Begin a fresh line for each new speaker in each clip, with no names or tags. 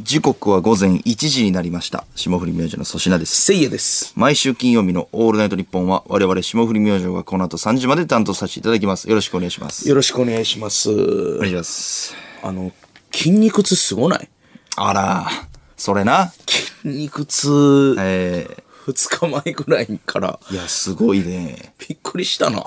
時刻は午前1時になりました。霜降り明星の粗品です。
せいやです。
毎週金曜日のオールナイト日本は我々霜降り明星がこの後3時まで担当させていただきます。よろしくお願いします。
よろしくお願いします。
お願いします。
あの、筋肉痛すごない
あら、それな。
筋肉痛、
え
二日前ぐらいから、
ー、いや、すごいね。
びっくりしたな。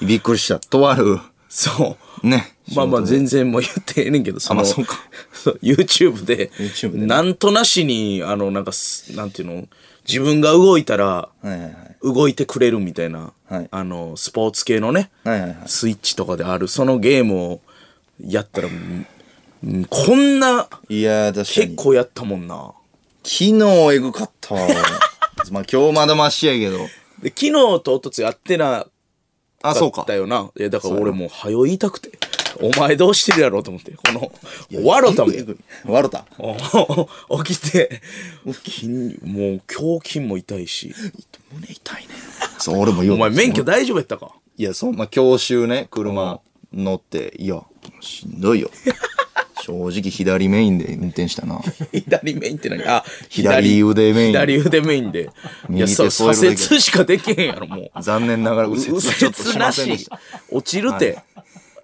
びっくりした。とある、
そう。
ね。
まあまあ全然もう言ってええねんけど、そ
あまあそうか
そう YouTube で、
YouTube で
なんとなしに、あの、なんかす、なんていうの、自分が動いたら、
はいはいはい。
動いてくれるみたいな、
はい
あの、スポーツ系のね、
はいはいはい
スイッチとかである、そのゲームをやったら、うんこんな、
いやー、確かに。
結構やったもんな。
昨日エグかったわ。俺 まあ今日まだマシやけど。
で昨日と一昨日やってな
あ、
か
そう
っ
か
た。よな。いや、だから俺もう、はよ言いたくて。お前どうしてるやろうと思って。この、笑ったもん。
笑った。
お起きて、筋もう胸筋も痛いし。
胸痛いね。そう、俺も言う。
お前免許大丈夫やったか
いや、そう、まあ、教習ね、車乗って、いや、しんどいよ。正直、左メインで運転したな。
左メインって何あ、
左腕メイン
左腕メインで。い
右
や、
手
そう、
添える
左
だけ
折しかできへんやろ、もう。
残念ながら 右折はち
右
ょっとし
折
ま
な
せんでし。。
した落ちるて。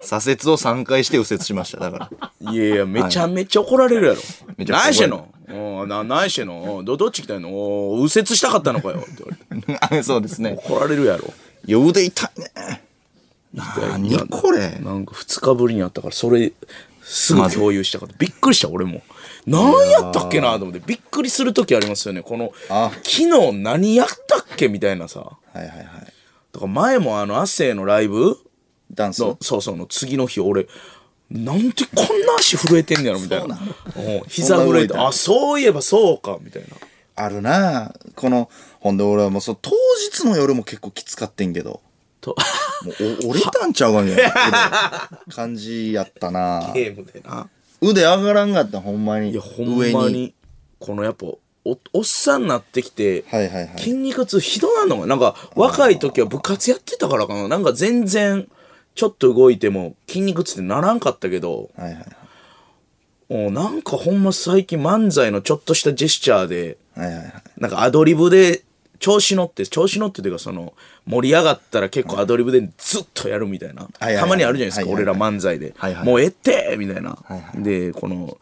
左折を3回して右折しました。だから。
いやいや、めちゃめちゃ怒られるやろ。
めちゃくちゃ怒られる
何してんのうんな何してんのうんどどっち来たんのおー右折したかったのかよ。って言われて
あそうですね。
怒られるやろ。
いや、腕痛いね。何これ。
なんか2日ぶりに会ったから、それ、すぐ共有したかった。びっくりした、俺も。何やったっけなと思って、びっくりする時ありますよね。この、
あ
昨日何やったっけみたいなさ。
はいはいはい。
とか前もあの、アッセイのライブ
ダンス。
の、そうそうの次の日、俺、なんてこんな足震えてんねやろみたいな。うん
そ
膝震えて、
んな動いた
あ、そういえばそうか、みたいな。
あるなあこの、ほんで俺はもうその当日の夜も結構きつかってんけど、
と、
もうお折れたんちゃうかみたいな感じやった なあ
ゲームでな。
腕上がらんかったほんまに。
いや、ほんま
上
に、。このやっぱ、お、おっさんになってきて、
はいはいはい。
筋肉痛ひどなのがなんか若い時は部活やってたからかななんか全然ちょっと動いても筋肉痛ってならんかったけど
はいはい
おなんかほんま最近漫才のちょっとしたジェスチャーで
はいはいはい。
なんかアドリブで調子乗って調子乗ってというかその盛り上がったら結構アドリブでずっとやるみたいな、
はいはい
たまにあるじゃないです
は
か、
いはいはい
俺ら漫才で、
はいはい
もうええってみたいな、でこの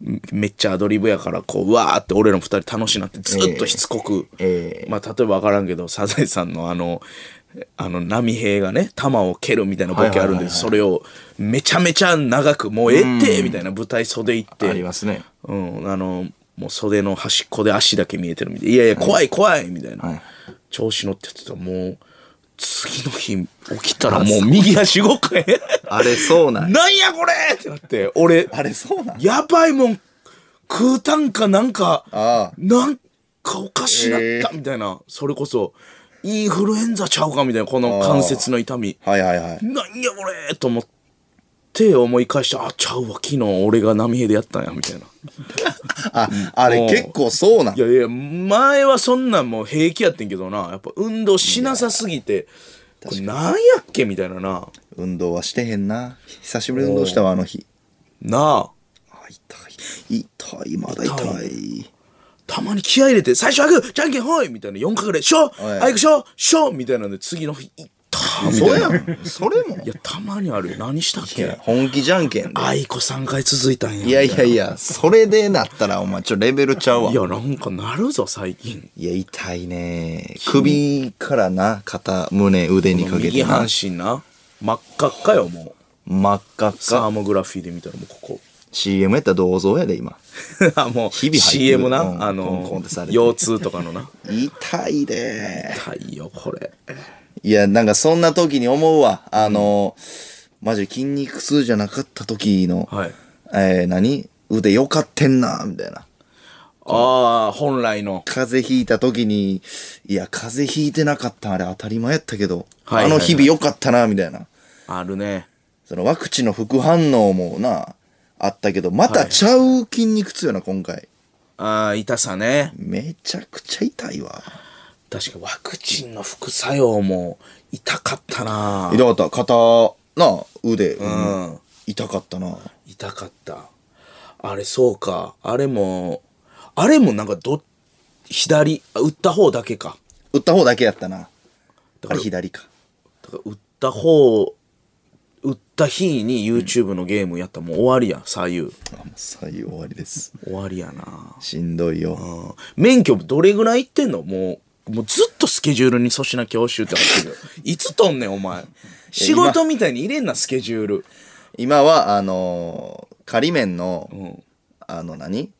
めめっちゃアドリブやからこううわーって俺らの二人楽しなってずっとしつこく、
え
まあ例えば分からんけどサザエさんのあのあの波平がね球を蹴るみたいなボケあるんで、
はいはいはいはい
それをめちゃめちゃ長くもうええってみたいな舞台袖行って
ありますね。
うん、あの、もう袖の端っこで足だけ見えてるみたい。いやいや、怖い怖いみたいな。
はい
調子乗ってやってたらもう、次の日起きたらもう右足動かへん。
あれそうなんや。
なんやこれってなって、俺、
あれそうなんや
やばいもん、食うたんかなんか、
ああ
なんかおかしなっ
え
たみたいな、それこそ、インフルエンザちゃうかみたいな、この関節の痛み。
はいはいはい。
なんやこれと思って思い返して、あ、ちゃうわ、昨日俺が波平でやったんや、みたいな。
あ、あれ結構そうなん
い
や。
やいや、前はそんなんもう平気やってんけどな。やっぱ運動しなさすぎて、これなんやっけみたいなな。
運動はしてへんな。久しぶりに運動したわ、あの日。
なあ。
あ、痛い。痛い、まだ痛い。
たまに気合い入れて、最初はグーじゃんけんほいみたいな、4かけで、しょ
おい
あいくしょしょみたいなんで、次の日、いったーみたい
そ
な。
う
い
やん。それも。
や、たまにあるよ。何したっ
いや
け
本気じゃんけんで。
あいこ3回続いたんや。
いやいやいや、それでなったら、お前、ちょ、レベルちゃうわ
い。や、なんかなるぞ、最近。
いや、痛いね。首からな、肩、胸、腕にかけ
右
て
半
な。
身な。真っ赤っかよ、もう。
真っ赤っ
サ
か。
ーモグラフィーで見たらもうこ こ。
CM やったら銅像やで、今。
あ もう、
日々入ってる
CM な。
うん
あ
コンコン
の
ってされ、て
腰痛とかのな。
痛いで
痛いよこれ
いやなんかそんな時に思うわあの、マジで筋肉痛じゃなかった時の、
はい
えー何腕よかってんなみたいな
ああ本来の
風邪ひいた時にいや風邪ひいてなかったあれ当たり前やったけど、
はいはいはい
あの日々よかったなみたいな
あるね
そのワクチンの副反応もなあったけどまたちゃう筋肉痛やな今回
ああ痛さね
めちゃくちゃ痛いわ
確かワクチンの副作用も痛かったな
痛かった肩な腕、
うん
痛かったな
痛かったあれそうか。あれも、あれもなんかど、左、あ打った方だけか。
打った方だけやったな。あれ左か。
だから打った方、打った日に YouTube のゲームやったらもう終わりやん、左右。
あもう最後終わりです。
終わりやな。
しんどいよ。
うん免許どれぐらい行ってんのもう、もうずっとスケジュールに粗品教習って入ってるよ。いつとんねん、お前。仕事みたいに入れんな、スケジュール。
今は、あのー仮面の、
ん
あの何、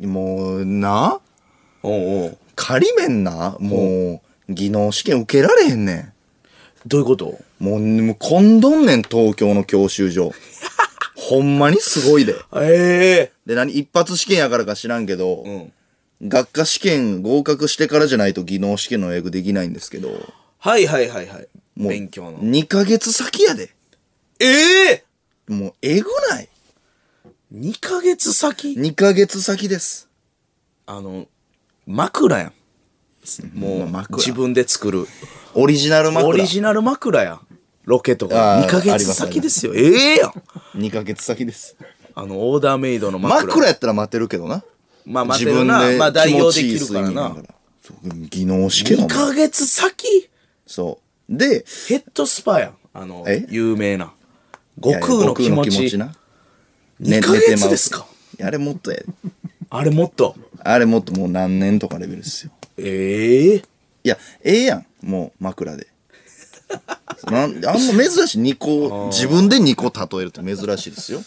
もう、な
おうおう
仮面なもう、技能試験受けられへんね
どういうこと
ん。もう、もうこんどんねん、東京の教習 所。ほんまにすごいで。
ええ
で、何一発試験やからか知らんけど、
うん。
学科試験合格してからじゃないと技能試験の予約できないんですけど、
はいはいはいはい。
もう、
勉強の。
2ヶ月先やで。
ええ
もう、えぐない。
二 !2 ヶ月先
2ヶ月先です。
あの、枕やん。もう、
まあ枕
自分で作る。
オリジナル枕。
オリジナル枕やん。ロケとか。
あー
2ヶ
あり
月
ますあり
先
ます
ですよ。ええやん。
2ヶ月先です。
あの、オーダーメイドの枕。
枕やったら待てるけどな。
まあ待てるな
自分
まあ代用できる
気持ちいい睡眠
からな
だらそう、技能試験の
2。ヶ月先
そう。で、
ヘッドスパやん。あの
え、
有名な。悟空の気持ち。
な。
二ヶ月ですか
寝てまういやあれもっとやで。
あれもっと。
あれもっともう何年とかレベルですよ。
ええ
いや、ええやん。もう枕で。 なんあんま珍しい。2個、自分で2個例えるって珍しいですよ。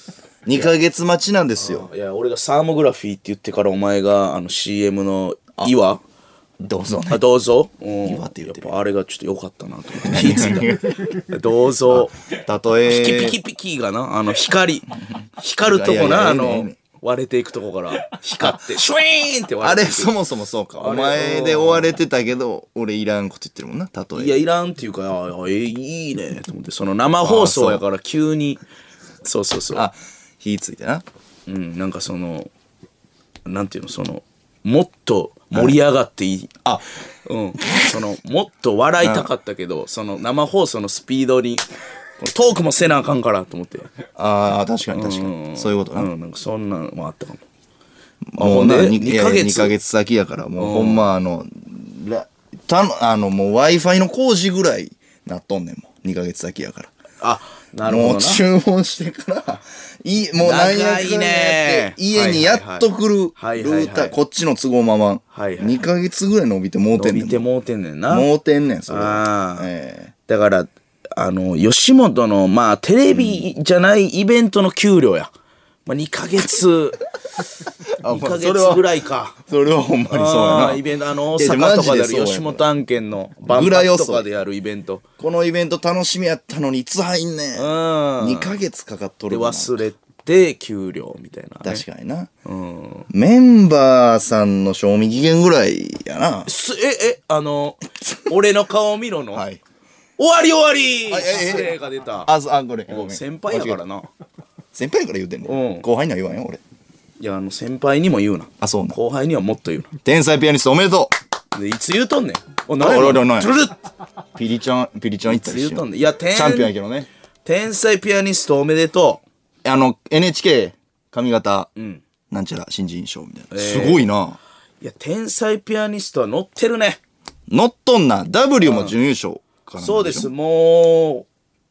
2ヶ月待ちなんですよ。
いや、俺がサーモグラフィーって言ってからお前が、あの CM の岩
どうぞね
あ、。どうぞ。うん。
岩って言ってる
やっぱあれがちょっと良かったなと思って気づいた。 どうぞ。
例
ピ
え。
キピキピキがな、あ の光、光ると
いや
こ
いやい
な、
や
あ
ええねんええ
の
ねん、
割れていくとこから光って、シュイーンって
あ
割
れ、
れていく。
そもそもそうか。お
れ
前で追われてたけど、俺いらんこと言ってるもんな、
い
例
や、
え。
いらんっていうか、ああ、ええいいね、と思って、その生放送やから急に、そうそうそう。
あ、火ついてな。
うん、なんかその、なんていうの、その、もっと盛り上がっていい。
あ、
うん。その、もっと笑いたかったけど、その生放送のスピードに、このトークもせなあかんからと思って。
ああ、確かに確か
ん
に。そういうことな。
うん、なんかそんなのもあったかも。
もうな、
ほんで
に
二
いや
ヶ月
二ヶ月先やから、もうほんまあの、らたの、あの、もう Wi-Fi の工事ぐらいなっとんねんもん。2ヶ月先やから。
あ、なるほど
も
な
う。注文してから、いもう何やかんや
長いね
って家にやっと来るル
はいはいはい
ーター、こっちの都合まま、
はいはい
2ヶ月ぐらい伸びてもうて
伸
んね
びて
ん。
もうてんねんな。
もうてんねん、それ
あ
は
あ。
え
だから、あの、吉本の、まあ、テレビじゃないイベントの給料や。まあ、2ヶ月、
あ
2
ま
ヶ
あそれは
月ぐらいか。
え。それはほんまにそうや
あ
な。
ーイベント、あの、大
いや
阪とかであ
マジそうや
る
から
吉本案件の、バン
ぐらい
バ
遅
と
い
かでやるイベント。
このイベント楽しみやったのにいつ入んねん。
うん。
2ヶ月かかっと
で、
るわな。
忘れて、給料みたいなね、
確かにな。
うん。
メンバーさんの賞味期限ぐらいやな。
すえ、え、あの、俺の顔見ろ の、
はい。
終わり終わり
あええ
失礼が出た。
あ、そあ、これ。ごめん
先輩やから。な。
先輩やから言うてんの、
うん
後輩には言わんよ、俺。
いや、あの、先輩にも言うな。
あそうな
後輩にはもっと言うな。
天才ピアニストおめでと
でいつ言うとんねん。お、何や
おいおいおいおい
トゥルッ
うピリちゃん、ピリちゃん行ったり
言
し
う
よ
とんねん。いや、天
チャンピオンやけどね。
天才ピアニストおめでと
あの、NHK、髪型、
う。うん。
なんちゃら新人賞みたいな。
え
すごいな。
いや、天才ピアニストは乗ってるね。
乗っとんな。W も準優勝かな。
そうです。。も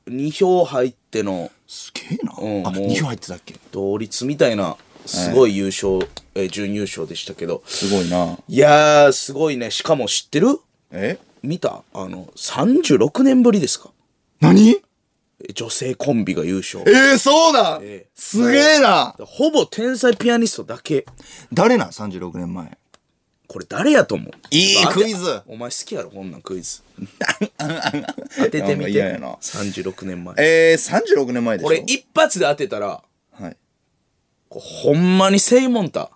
う、2票入っての
すげえな。
うん
あ、
もう
2票入ってたっけ
同率みたいな、すごい優勝、えー準優勝でしたけど。
すごいな。
いやー、すごいね。しかも知ってる
え
見たあの、36年ぶりですか
何
え女性コンビが優勝
え。ー、そうだ、
ええ
すげえな
ほぼ天才ピアニストだけ。
誰なん ?36 年前。
これ誰やと思う
いい
ちょっと当て
クイズ
お前好きやろこんなんク イズ当ててみ
いやお前
て
嫌やな
36年前
えー、36年前でしょ
これ一発で当てたら
はい。
こうほんまにセイモンタ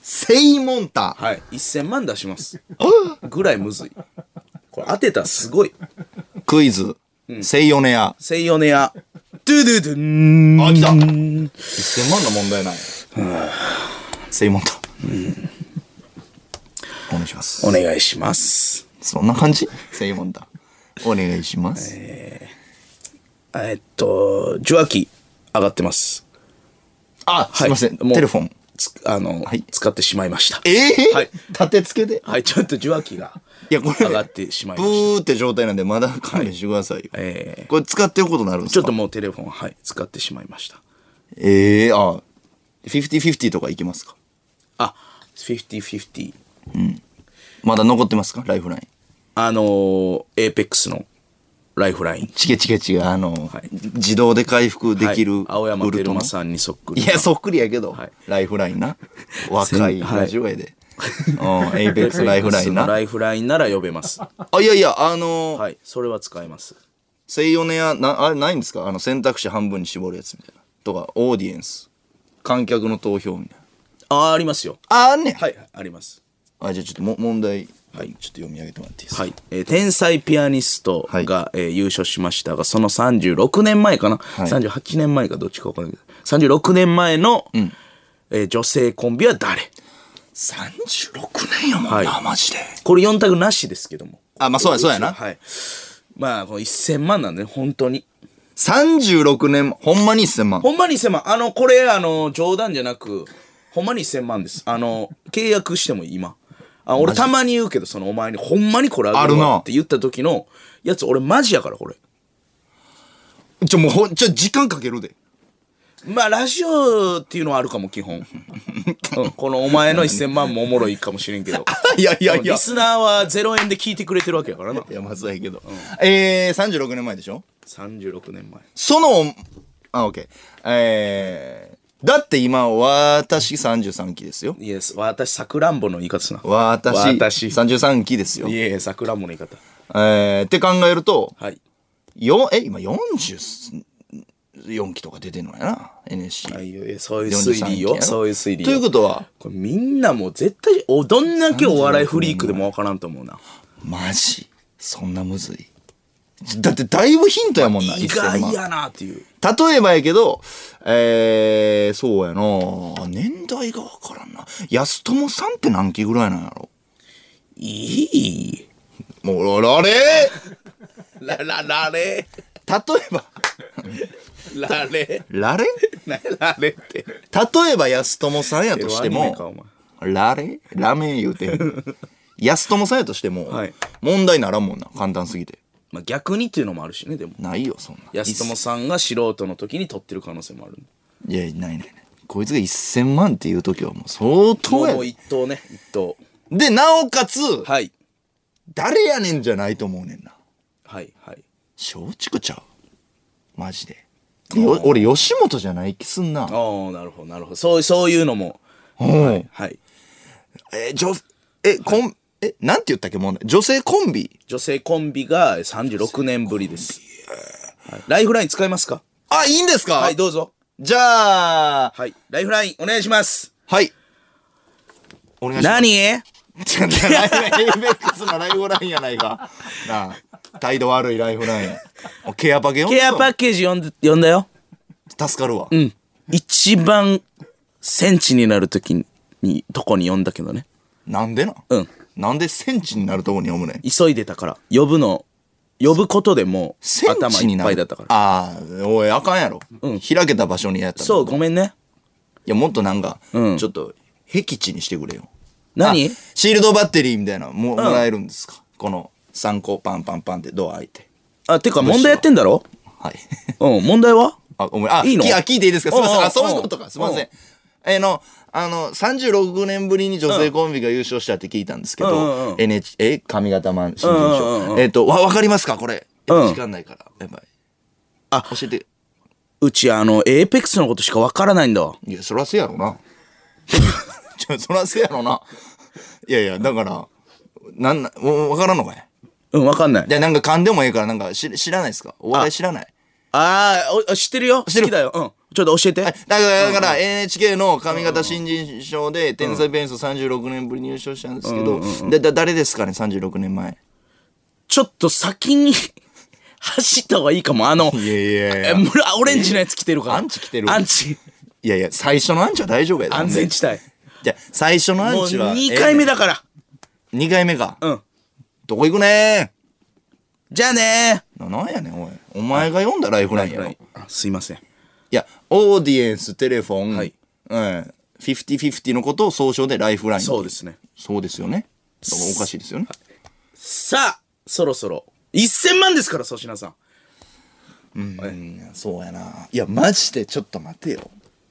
セイモン タ。
はい1000万出しますぐらいむずいこれ当てたらすごい
クイズ。セイヨネア。
セイヨネアドゥドゥドゥン
あ、来た !1000 万の問題ない。セイモンタ。お願いします。
お願いします
そんな感じセイモンタ。お願いします。
えっと受話器上がってます
あ、すいません。
もう
テレフォン。
つあの、
い
使ってしまいました。
ええ
はい
立て付けで
はい、ちょっと受話器が
いやこれ
上がってしまい
ブ
ました。
ーって状態なんで、まだ勘弁してくださいよ。
えー
これ使っておくことになるんです
ちょ
か
っともうテレフォン、はい、使ってしまいました。
ええあ、50-50とかいきますか
あ、50-50。
まだ残ってますかライフライン。
あのー、エーペックスのライフライン。
チケチケチケ、あの、
い
自動で回復できる、
はい青山
ウル
テ
トの
ルマさんにそっくり
い
な。
や、そっくりやけど、
はい
ライフラインな。若い
せんはい
ラジオや で。うん、エイペックスライフライン
APEX の
な。
ライフラインなら呼べ ます。
あ、いやいや、あのー
はい、それは使えます。
西洋ネア、な、あれないんですかあの、選択肢半分に絞るやつみたいな。とか、オーディエンス。観客の投票みたいな。
あー、ありますよ。
あ、あんねん。
はい、あります。
あ、じゃあちょっとも問題、はい、ちょっと読み上げてもらっていいですか、
はい。えー天才ピアニストが、
はい
えー優勝しましたが、その36年前かな、
い
?38 年前かどっちかわかんないけど、36年前の、えー女性コンビは誰
?36 年やもんな、
はい
マジで。
これ4択なしですけども。
あ、まあそうや、そうやな。
はい。まあ、この1000万なんで、本当に。
36年、ほんまに1000万。
ほんまに1000万。あの、これ、あの、冗談じゃなく、ほんまに1000万です。あの、契約してもいい今。あ俺たまに言うけど、そのお前に、ほんまにこれあげる
ある
わ
な
って言った時の、やつ、俺マジやから、これ。
ちょ、もうほん、ちょ、時間かけるで。
まあ、ラジオっていうのはあるかも、基 本。うんこのお前の1000万もおもろいかもしれんけど。
い やいやいや
リ。スナーは0円で聞いてくれてるわけやからな。
いや、まずやけど。えー、36年前でしょ
36年前。
その、あ、オッケー。えー、だって今、私33期ですよ。
イエス、私、さくらんぼの言い方すな。
私、
私。
33期ですよ
い。えいえ、さくらんぼの言い方。
えー、って考えると、
はい。
よ、え、今44期とか出てんのやな、NSC。
はいよ、えそういう推理
43期
よ
や。ろ
そういう推理よ
ということは、
これみんなもう絶対、お、どんだけお笑いフリークでもわからんと思うな。
マジそんなむずい。だってだいぶヒントやもんな、
意
1000万
外やなっていう。
例えばやけど、えー、そうやな年代がわからんな。安友さんって何期ぐらいなんやろ
いい。
もう、俺あれ
ラララレ、
例えば、
ラレ、
ラレ
なラレって。
例えば安友さんやとして
ええアニメかお
も、ラレラメ言うて ん。安友さんやとしても、
はい
問題ならんもんな。簡単すぎて。
まあ逆にっていうのもあるしね、でも。
ないよ、そんな。
安友さんが素人の時に撮ってる可能性もある。
いや、ないないない。こいつが1000万っていう時はもう相
も
当
う
や
もう
で。
一等ね、一等。
で、なおかつ、
はい。
誰やねんじゃないと思うねんな。
はい、はい。
松竹ちゃうマジで。よ俺、吉本じゃない気すんな。
ああ、なるほど、なるほど。そう、そういうのも。
うん。
はい。
え、女、え、コン、え、なんて言ったっけ、問題。女性コンビ。
女性コンビが36年ぶりです。はいライフライン使いますか
あ、いいんですか
はい、どうぞ。
じゃあ、
はい。ライフライン、お願いします。
はい。お願いします。
何
ちょっとライフライン、ABEX のライフラインやないか。なあ、態度悪いライフライン。おケアパケよ。
ケアパッケージ読んで読んだよ。
助かるわ。
うん。一番、センチになるときに、とこに読んだけどね。
なんでな。
うん。
なんでセンチになるとこに読むねん。
急いでたから。呼ぶの、呼ぶことでもう、
セン
頭
チに
いっ
な
ぱ
る。
いだったから。
ああ、おい、あかんやろ。開けた場所にやったら
そう、ごめんね。
いや、もっとなんか、
うん
ちょっと、僻地にしてくれよ。
何
あシールドバッテリーみたいなのも,、もらえるんですかこの3個パンパンパンってドア開いて。
あ、てか問題やってんだろ
はい。
うん、問題は
あ、ごめん。あ、
いいの
きあ聞いていいですかすいませ。
うんうんん
あ、そういうことか。すいません。えーの、あの、36年ぶりに女性コンビが優勝したって聞いたんですけ
うんうん
ど
うん、
NH、え、上方マン新人
うんうんう
賞。えっと、わ、わかりますかこれ。え
うん
時間ないから。やばい。
あ
教えて。
うち、あの、エーペックスのことしかわからないんだわ。
いや、そらせやろな。 ちょ、そらせやろな。いやいや、だから、なんな、もうわからんのかい。
うん、わかんない。
で、なんか勘でもええから、なんか知知らないですかお笑い知らない。
あー、お知ってるよ。好
ってる
きだよ。うん。ちょっと教えて。
だから、だから NHK の髪型新人賞で、天才ベンス36年ぶりに優勝したんですけど、だ、だ、誰ですかね、36年前。
ちょっと先に、 走った方がいいかも。あの、
いやいやいや
えむらオレンジのやつ着てるから。
アンチ着てる
アンチ。
いやいや、最初のアンチは大丈夫やで。
安全地帯。
じゃあ最初のア
もう
ンチは。
2回目
だ。
だから。
2回目か。
うん。
どこ行くね
じゃあね
ーな、なんやねん、おい。お前が読んだライフラインやろ。い
すいません。
や、オーディエンス、テレフォン、
はい
うん。50-50のことを総称でライフライン。
そうですね。
そうですよね。だからおかしいですよね。
さあ、そろそろ。1000万ですから、粗品さん。
うん、そうやな。いや、マジでちょっと待てよ。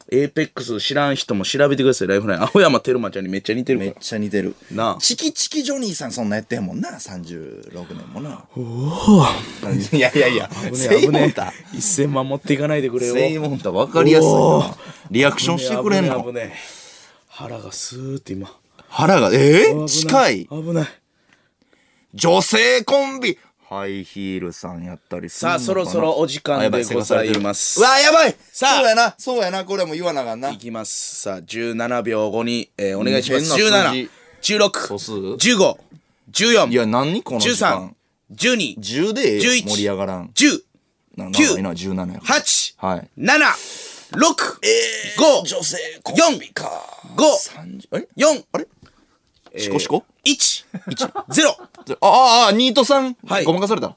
エーペックス知らん人も調べてください、ライフライン。青山テルマちゃんにめっちゃ似てるか
めっ
ら。
ちゃ似てる。
なあ
チキチキジョニーさんそんなやってんもんな。36年もな。おお。いやいやいや、セイモンタ。
1000万持っていかないでくれよ。
セイモンタ分かりやすい
お
な
ー。
リアクションしてくれん
危ねえ危
の
ねえ腹がスーって今。
腹が、え
危な
ー、近い
危ない。
女性コンビハイヒールさんやったりするのか
さあ、
な
そろそろお時間でございま
う
す。
わ、やばい
さあ
そうやな、そうやな、これも言わなあかんな。
いきます。さあ、17秒後に、えーお願いします。
変な数字
17、16、
素数
15、
い
14、
や、何この時
13
間。、
12、
10でええよ
11
盛り上がらん。
10、
な
9
長いな、17やから。
8、
はい。
7、6、5、
女性コンビか。
5、
30あれ
4、
あれシコシコ
1、0。
ああ、ニートさん。
はい
ごまかされ た。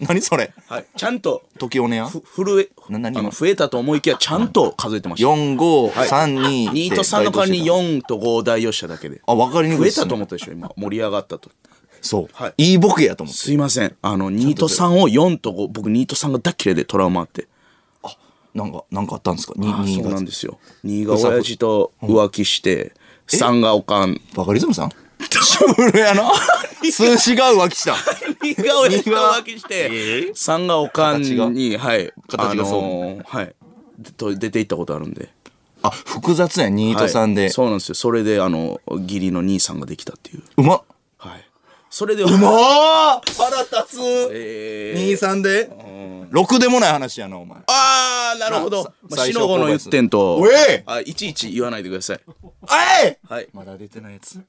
何それ。
はい。ちゃんと、
時おねや。
ふ震え、
な何
あの増えたと思いきや、ちゃんと数えてました。
4、5、3、2。
ニート3の代わりに
4。
4と5を代用しただけで。
あ、わかりにく
増
い
え
っす
た
ね
と思ったでしょ、今。盛り上がったと。
そう
はい。
いいボケやと思って。
すいません。あの、ニートさんを4と5、僕ニートさんが大っ嫌いでトラウマあって。
なんか、なんかあったんですかに
あそ
新
うなん
潟。
ですよ。2が親父と浮気して、3がお かん。
バカリズムさ んシュールやな。数字が浮気した。
2が親父と浮気し
え
て、
ー
3がおかん
形
に、はい。
形がそう
あのーはい。でと出て行ったことあるんで。
あ、複雑や、ニートさん
は
で
い。そうなんですよ。それで、あの、義理の兄さんができたっていう。
うまっ。
はい。それで、う
まあ腹立つ
えー、
兄さんでろくでもない話やな、お前。
あー、なるほど
さ。
まあ、
最
し
初
のごの言ってんと
おえ、
あ、いちいち言わないでください。
あい
はい。
まだ出てないやつ。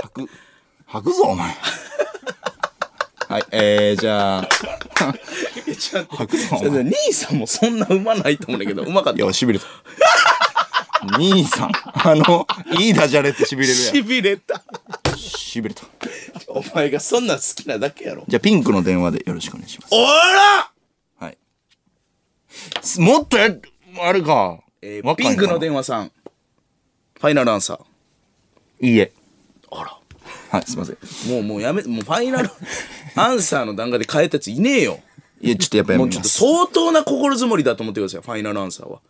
吐く、吐くぞ、お前。はい、えー、じゃあ。吐くぞ、お前。
兄さんもそんなうまないと思うんだけど、うまかっ
い
た。
や、しびれた。兄さん。あの、いいダジャレってしびれるや
しびれた。
ん。しびれた。
お前がそんなん好きなだけやろ。
じゃあ、ピンクの電話でよろしくお願いします。
おら
はい。すもっとや、あれか。
えー
若い
ピンクの
話。
電話さん。ファイナルアンサー。
いいえ。
あら。
はい、すいません。
もう、もうやめ、もうファイナル アンサーの段階で変えたやついねえよ。
いや、ちょっとやっぱや
も
めま
うちょっと
す。
相当な心づもりだと思ってください、ファイナルアンサーは。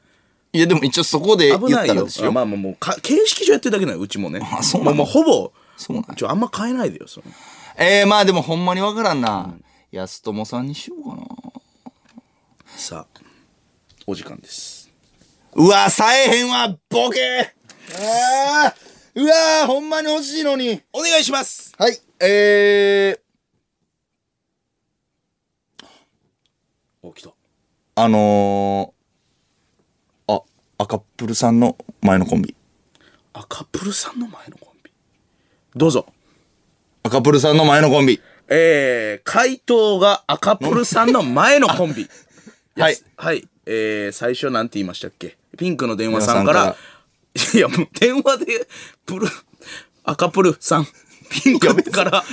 いや、でも一応そこで言
危
っ
ない
たら
よ
です。よ。
まあまあもうか、形式上やってるだけなのよ、うちもね。
あそうなの
ももほぼ、
そうなんや
ちょ、あんま変えないでよ、その。
えー、まあでもほんまにわからんな。安友さんにしようかな。
さあ、お時間です。
うわ、さえへんわ、ボケあーうわー、ほんまに欲しいのに。
お願いします
はい、えー、
お、来た。
あのー、あ、赤プルさんの前のコンビ。
あ、カップルさんの前のコンビ。どうぞ。
赤プルさんの前のコンビ。
えー、回答が赤プルさんの前のコ ンビ。
はい。
はい。えー、最初なんて言いましたっけピンクの電話さんから
電、
いや、もう電話で、プル、赤プルさん、ピンク から、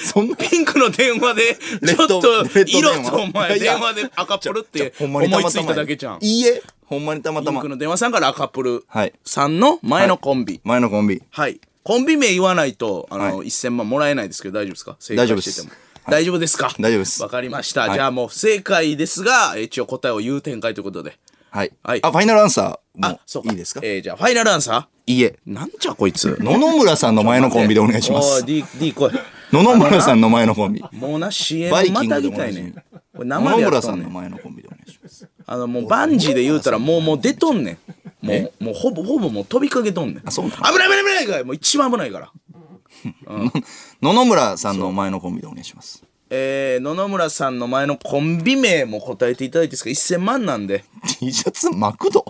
ピンクの電話で、
レ
ち
ッ
ょっ
ド
と
レッド、電話
色とお前、
いや
電話で赤プルって
ほん
思
まにた
い
ま
つ
た
い
ま
た
や。
だけじゃん。ピ
いいえ、ほんまにたまた
ン
ま
ク。の電話さんから赤プル
はい
さんの前のコンビ。
前のコンビ。
はい。コンビ名言わないと、あの、
は
1000万もらえないですけど、大丈夫ですか正
大丈
解
夫で
して
す
ても。大丈夫ですか
大丈夫です
わかりました。じゃあもう不正解ですが、一応答えを言う展開ということで。
はい。
はい
あ、ファイナルアンサーも
あ、そうか。
いいですか
えーじゃあファイナルアンサ
いいえ。
ーなんじゃこいつ。
野々村さんの前のコンビでお願いしま
お
す
ー。D、D 来い。
野々村さんの前のコンビ。
もうな、CM
バイキ
ま
ン
た
グで
ぎ
も
た
同
い
じ
ねん。こ
野
れ
々
生でや
村
っ
さ
と
ん
んね
の
ん。
前のコンビでお願いします。
あの、もうバンジーで言うたらもう、もう出とんねん。もう、もうほぼほぼもう飛びかけとんねん。あ、
そうな
危ない危ない危ないからもう一番危ないから。
野々村さんの前のコンビでお願いします。
えー、野々村さんの前のコンビ名も答えていただいていいですか ?1000 万なんで。
T シャツマクド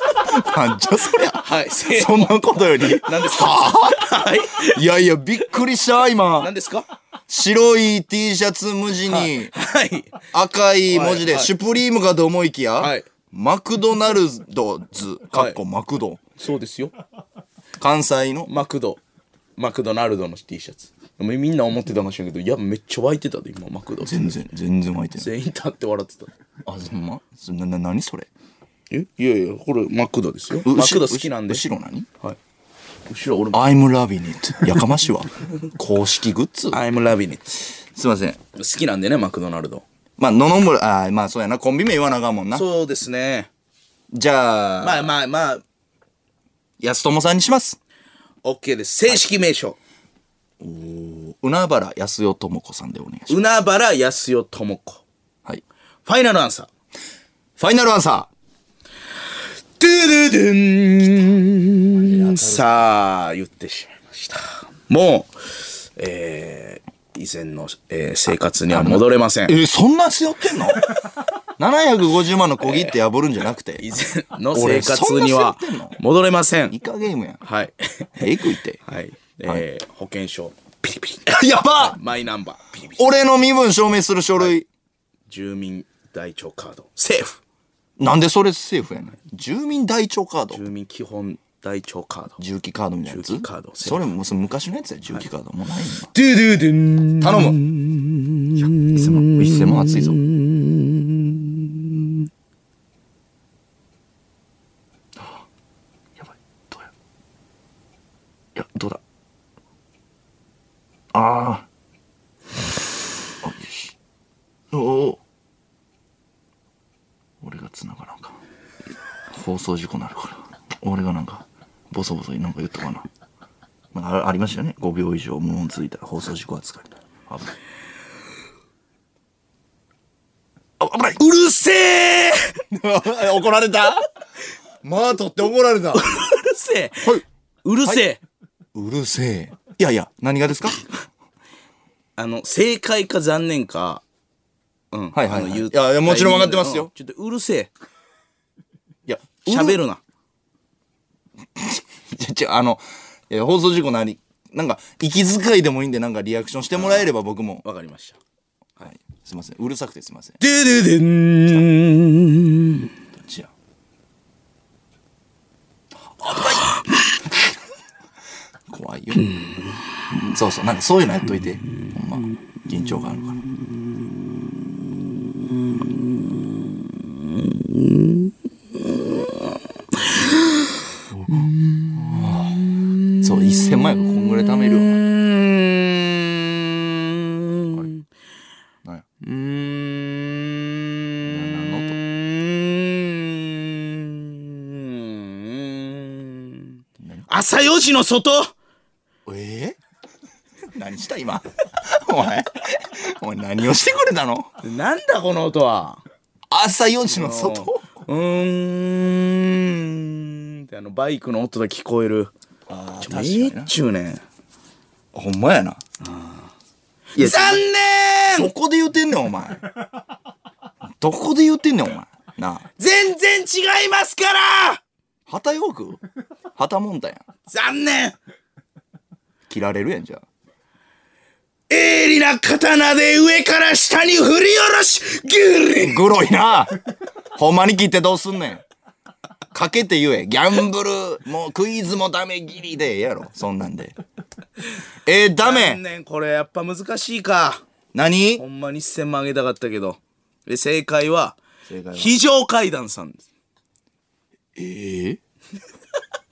なんじゃそりゃ。
はい、せー
そんなことより。
何ですか は い。
いやいや、びっくりした、今
何。ですか
白い T シャツ無地に、
はい。
赤い文字
はい
で、
はい
シュプリームかと思いき
は
や
い、
マクドナルドズ、かっこマクド。
そうですよ。
関西の。
マクド。マクドナルドの T シャツ。もうみんな思ってたかもしれんけど、いや、めっちゃ湧いてたで、今、マクド。
全然、全然巻いてない。
全員立って笑ってた。
あ、ほんまそな、な、何それ
えいやいや、これ、マクドですよ。
う
マクド好きなんで。
後ろ後ろ何
はい。後ろ、俺も。
アイムラビニット。やかま しいわ。公式グッズ
I'm loving it.
すいません。
好きなんでね、マクドナルド。
まあ、野々村、あーまあそうやな。コンビ名言わなあかんもんな。
そうですね。
じゃあ、
まあまあまあ、
安友さんにします。
OK です。正式名称。
海原康代智子さんでお願いします。
海原康代智子。
はい。
ファイナルアンサー。
ファイナルアンサ
ドゥドゥドゥンさあ、言ってしまいました。もう、えー、以前の、えー生活には戻れません
ー。。えーそんな背負って んの ?750 万の小切って破るんじゃなくて。
以前の生活には
俺そんな背負ってんの
戻れません
イ。カゲームやん。
はい。
えぐいって。
はい。えー、保険証、ピリピリ。
やば
マイナンバー、ピリピリ。
俺の身分証明する書類。
住民台帳カード、セーフ。
なんでそれセーフやねん。住民台帳カード。
住民基本台帳カード。
重機カードみたいなやつ
重機カード
それもそれ昔のやつや、重機カード。もうないんだ。
ドゥドゥドゥン。
頼む。1000万、1000万熱いぞ。やばい、どうや。いや、どうだ。ああ。あ、よし。おお。俺が繋がらんか。放送事故なるから。俺がなんか、ボソボソになんか言っとかな。まあ、あありましたよね。5秒以上無音続いたら放送事故扱い。危ない。あ、危ないう
るせえ
怒られたまあ、取って怒られた。は
うるせえ
い。
うるせえ、
うるせえ。いやいや、何がですか
あの、正解か残念か、うん。
はいはいはい
あの言う
いやいやもちろん分かってますよ
うんちょっとうるせえ。
いや、
喋
る。
るな。
ちょ、あの、いや放送事故なり、なんか、息遣いでもいいんで、なんかリアクションしてもらえれば僕も。
わかりました。
はい。すいません。うるさくてすいません。
ドゥドゥドゥン。
どっちや危ない怖いよ。そうそう。なんかそういうのやっといて。ほんま。緊張感あるから。そう、1000万円がこんぐらい貯めるよな。何や
朝4時の外
ええ何した今お前お前何をしてくれたの
なんだこの音は
朝4時の外
うーんってあのバイクの音が聞こえる
あ
ちょめっちゅうねん
ほんまやな。いや、
残念
どこで言うてんねん、お前。 どこで言うてんねん、お前。なあ。
全然違いますから
旗よく旗もんたやん。
残念
切られるやん、じゃあ。
鋭利な刀で上から下に振り下ろしグリン
グロいな。ほんまに切ってどうすんねん。かけて言え。ギャンブル、もうクイズもダメギリでええやろ。そんなんで。えー、ダ
残
メ。
念これやっぱ難しいか
何
ほんまに1000万あげたかったけどで正解は
正解は
非常階段さんです
ええ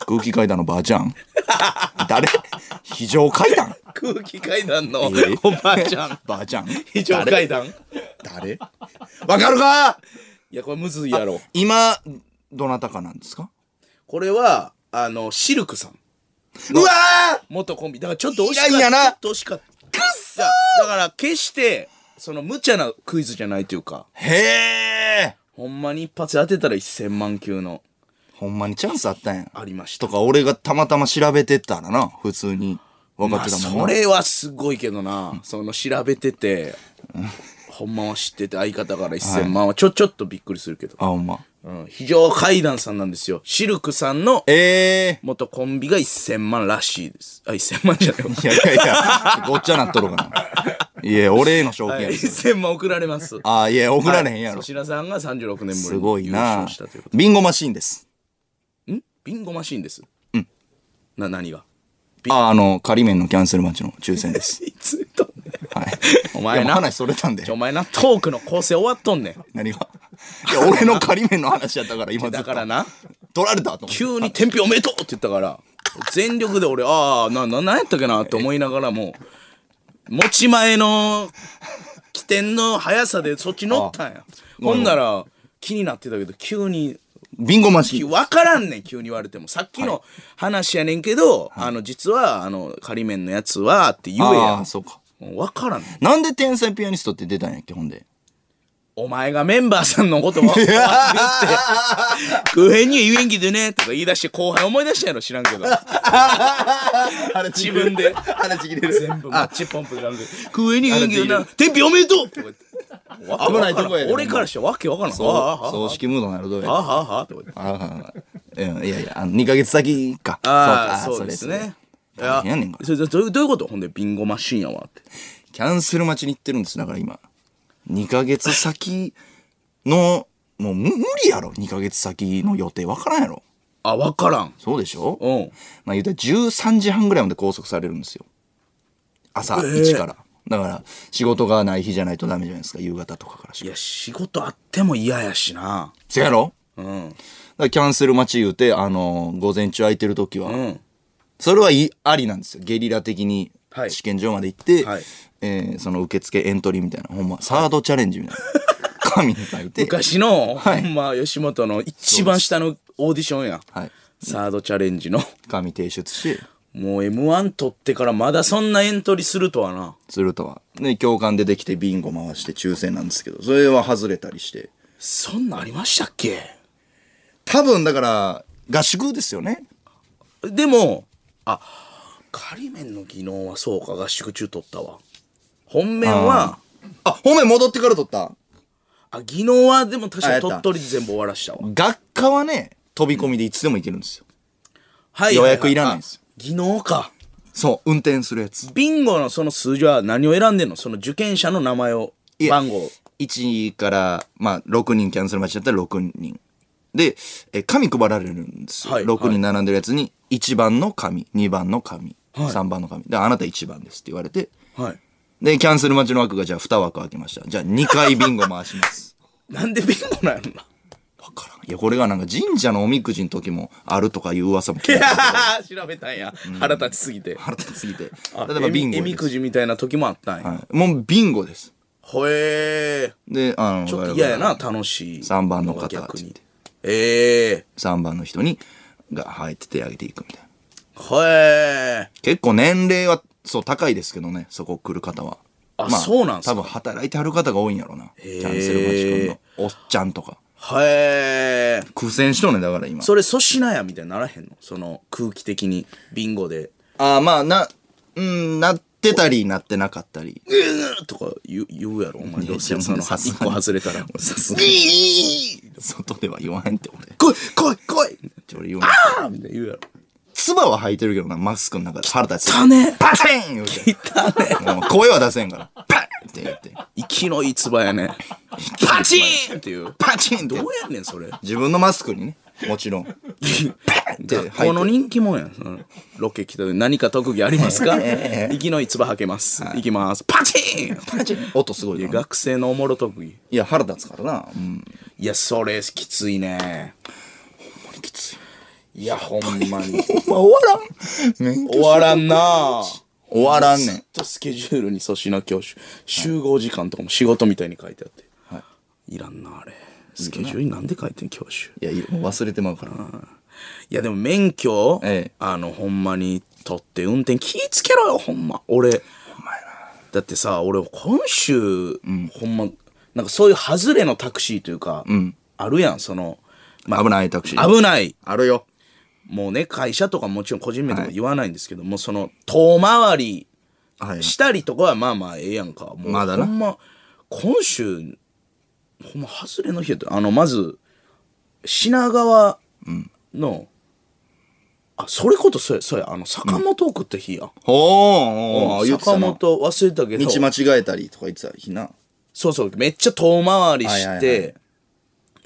空気階段のばあちゃん誰非常階段
空気階段の
え
おばあちゃん
ばあちゃん
非常階段
誰誰わかるか
いやこれむずいやろ
今どなたかなんですか
これはあのシルクさん
うわ
元コンビだからちょっと惜しかっ
い
た
やいやな
ちょっと惜しかったくっそだから決してその無茶なクイズじゃないというか
ーへえ
ほんまに一発当てたら1000万級の
ほんまにチャンスあったんや
ありました
とか俺がたまたま調べてったらな普通に分かってたもんな、
まあそれはすごいけどなその調べててほんまは知ってて相方から1000万はちょちょっとびっくりするけど、
あほんま
うん、非常階段さんなんですよシルクさんの
ええ
元コンビが1000万らしいですあ1000万じゃないわ
いやいやいやごっちゃなっとるかないや俺への賞金や、
1000万送られます
ああいや送られへんやろ、
はい粗品さんが36年ぶりに
すごい
優
な
勝したということ
ビンゴマシーンです
んビンゴマシーンですうんな何が
あ、あの、仮面のキャンセル待ちの抽選です。
いつと
はい。
お前
いや
な
もう話それたんで
ちょ。お前なトークの構成終わっとんねん
何が いや俺の仮面の話やったから今ずっ
だ
と
からな、
取られたと思って
急に天日おめでとうって言ったから、全力で俺、ああ、な、な、なんやったっけなって思いながらも、持ち前の起点の速さでそっち乗ったんや。ほんなら、気になってたけど、急に、
ビンゴマシン
わからんねん、急に言われても。さっきの話やねんけど、あの、実は、あの、仮面のやつは、って言え
あ
や
あ。そうか
もうわからんねん。
なんで天才ピアニストって出たんやっけほんで
お前がメンバーさんの ことを、言って、偶変には言えんけどね、とか言い出して後輩思い出したやろ知らんけど。自分で。
話切れ
全部マッチポンプでなんで。偶変には言えんけどな、天日おめでとうとか言って。
危ないとこやで
俺からしたらわけわからん。ああああ
葬式ムードなるどう
ああ
や
ああああとか言って
ああうんいやいやあの2ヶ月先か
ああ、
か
そうですね。い
れ大
や
変やねんから
それどういうどういうことほんで、ビンゴマシンやわって。
キャンセル待ちに行ってるんですだから今2ヶ月先のもう無無理やろ2ヶ月先の予定わからんやろ
あ、わからん。
そうでしょ
うん。
まあ言うたら13時半ぐらいまで拘束されるんですよ。朝1から。だから仕事がない日じゃないとダメじゃないですか、夕方とかからし
い
か。
や、仕事あっても嫌やしな。
せやろ
うん。
だからキャンセル待ち言うて、あのー午前中空いてる時は、
うん。
それはいありなんですよ。ゲリラ的に
はい
試験場まで行って、
はい
えーその受付エントリーみたいな、ほんま、サードチャレンジみたい な。紙に書いて、
昔の、
はい
ほんま吉本の一番下のオーディションや、
はい。
サードチャレンジの
紙提出して、
もう m 1取ってからまだそんなエントリーするとはな
するとは。で、教官出てきてビンゴ回して抽選なんですけど、それは外れたりして。
そんなんありましたっけ
多分だから、合宿ですよね。
でもあ仮面の技能はそうか合宿中取ったわ本面は
あ、本命戻ってから取った。
あ技能はでも確
あ
か
やっ
に
た
鳥取で全部終わらしたわ、
学科はね、飛び込みでいつでも行けるんですよ。
は
予約いらないんですよ
あ技能か
そう、運転するやつ。
ビンゴのその数字は何を選んでんのその受験者の名前を
いや
番号
1から、まあ、6人キャンセル待ちだったら6人。で、えー紙配られるんですよ。
はい
6人並んでるやつに、1番の紙、2番の紙、
はい
3番の紙。で、あなた1番ですって言われて、
はい
で、キャンセル待ちの枠がじゃあ2枠空きました。じゃあ2回ビンゴ回し ます。
なんでビンゴなんやろない
や、これがなんか神社のおみくじの時もあるとかいう噂も聞いた。
調べたんや、腹立ちすぎて
腹立ちすぎて。例
あ
えばビンゴ
えみえみ
で
く
す。
じみたいな時もあったんや、
はい、もうビンゴです。
ほえー
で、あの、
ちょっと嫌やな楽しい
3番の方
逆
っ
に
て
ええ
3番の人に、が入って手挙げていくみたいな。
ほえ
結構年齢は、そう、高いですけどね、そこ来る方は。
あそうなんすか
多分働いてはる方が多いんやろうな。キ
ー
ャンセル待ち君の。おっちゃんとか。
ーへえ
苦戦しとんねんだから今。
それ粗品やみたいにならへんのその空気的にビンゴで
ああ、まあ、な、うん、なってたり、なってなかったり。
「うー」とか言う言うやろお前どうせ
いや
その
さす
一
がに
個外れ たら「さすが
外では言わへんって俺。
来い来い来い!」
ちょ俺言わん。
あーみたいな言うやろ
唾は吐いてるけどな、マスクの中で腹立つ。
汚ね
バテン言うて。
汚ね
もう声は出せんから。バンって言って。
息のいつばや ねパチーンっていう
パチンって
どう。やんねんそれ
自分のマスクにね、もちろん。
学校の人気もんやんそのロケ来た時何か特技ありま すか息のいつば吐けます、行きますパチン
音すごい
い
よ
や
な。
学生のおもろ特技
いや、腹立つからな。うん。
いやそれきついね
きつい。
いやほんまに
終わらん。
終わらんな
終わらんね
ずっ
ん。
とスケジュールに粗品教師集合時間とかも仕事みたいに書いてあって、、
はい
らんなあれスケジュールになんで書いてん教習
いや、いいよもう忘れてまうから。
いやでも免許、
ええ
あのほんまに取って運転気ぃつけろよほんま俺だってさ俺今週、ほんまなんかそういう外れのタクシーというか、あるやんその、まあ、
危ないタクシー。
危ない
あるよ。
もうね会社とかもちろん個人名とか言わないんですけど、もうその遠回り
はい。
したりとかはまあまあええやんかもう
まだな
ほんま今週ほんま外れの日やったあのまず品川の、あそれこそそうやそうやあの坂本送った日や、
ほーおー、言ってた
坂
な。
本忘れたけど
道間違えたりとか言ってた日な。
そうそうめっちゃ遠回りして、
はいはいは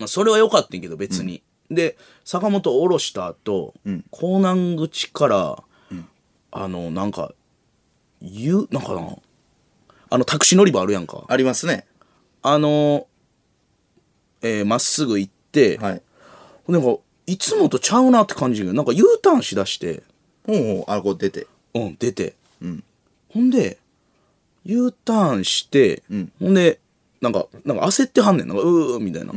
まあ、それは良かったんやけど別に、で坂本を降ろした後、港南口から、あのなんかゆなんかなあのタクシー乗り場あるやんか
ありますね。
あのえーまっすぐ行って、
はい。
なんかいつもとちゃうなって感じがなんか U ターンしだして
ほうほう、あ、こう出て。
うん出て、ほんで U ターンして、ほんでなんかなんか焦ってはんねんなんかうーみたいな、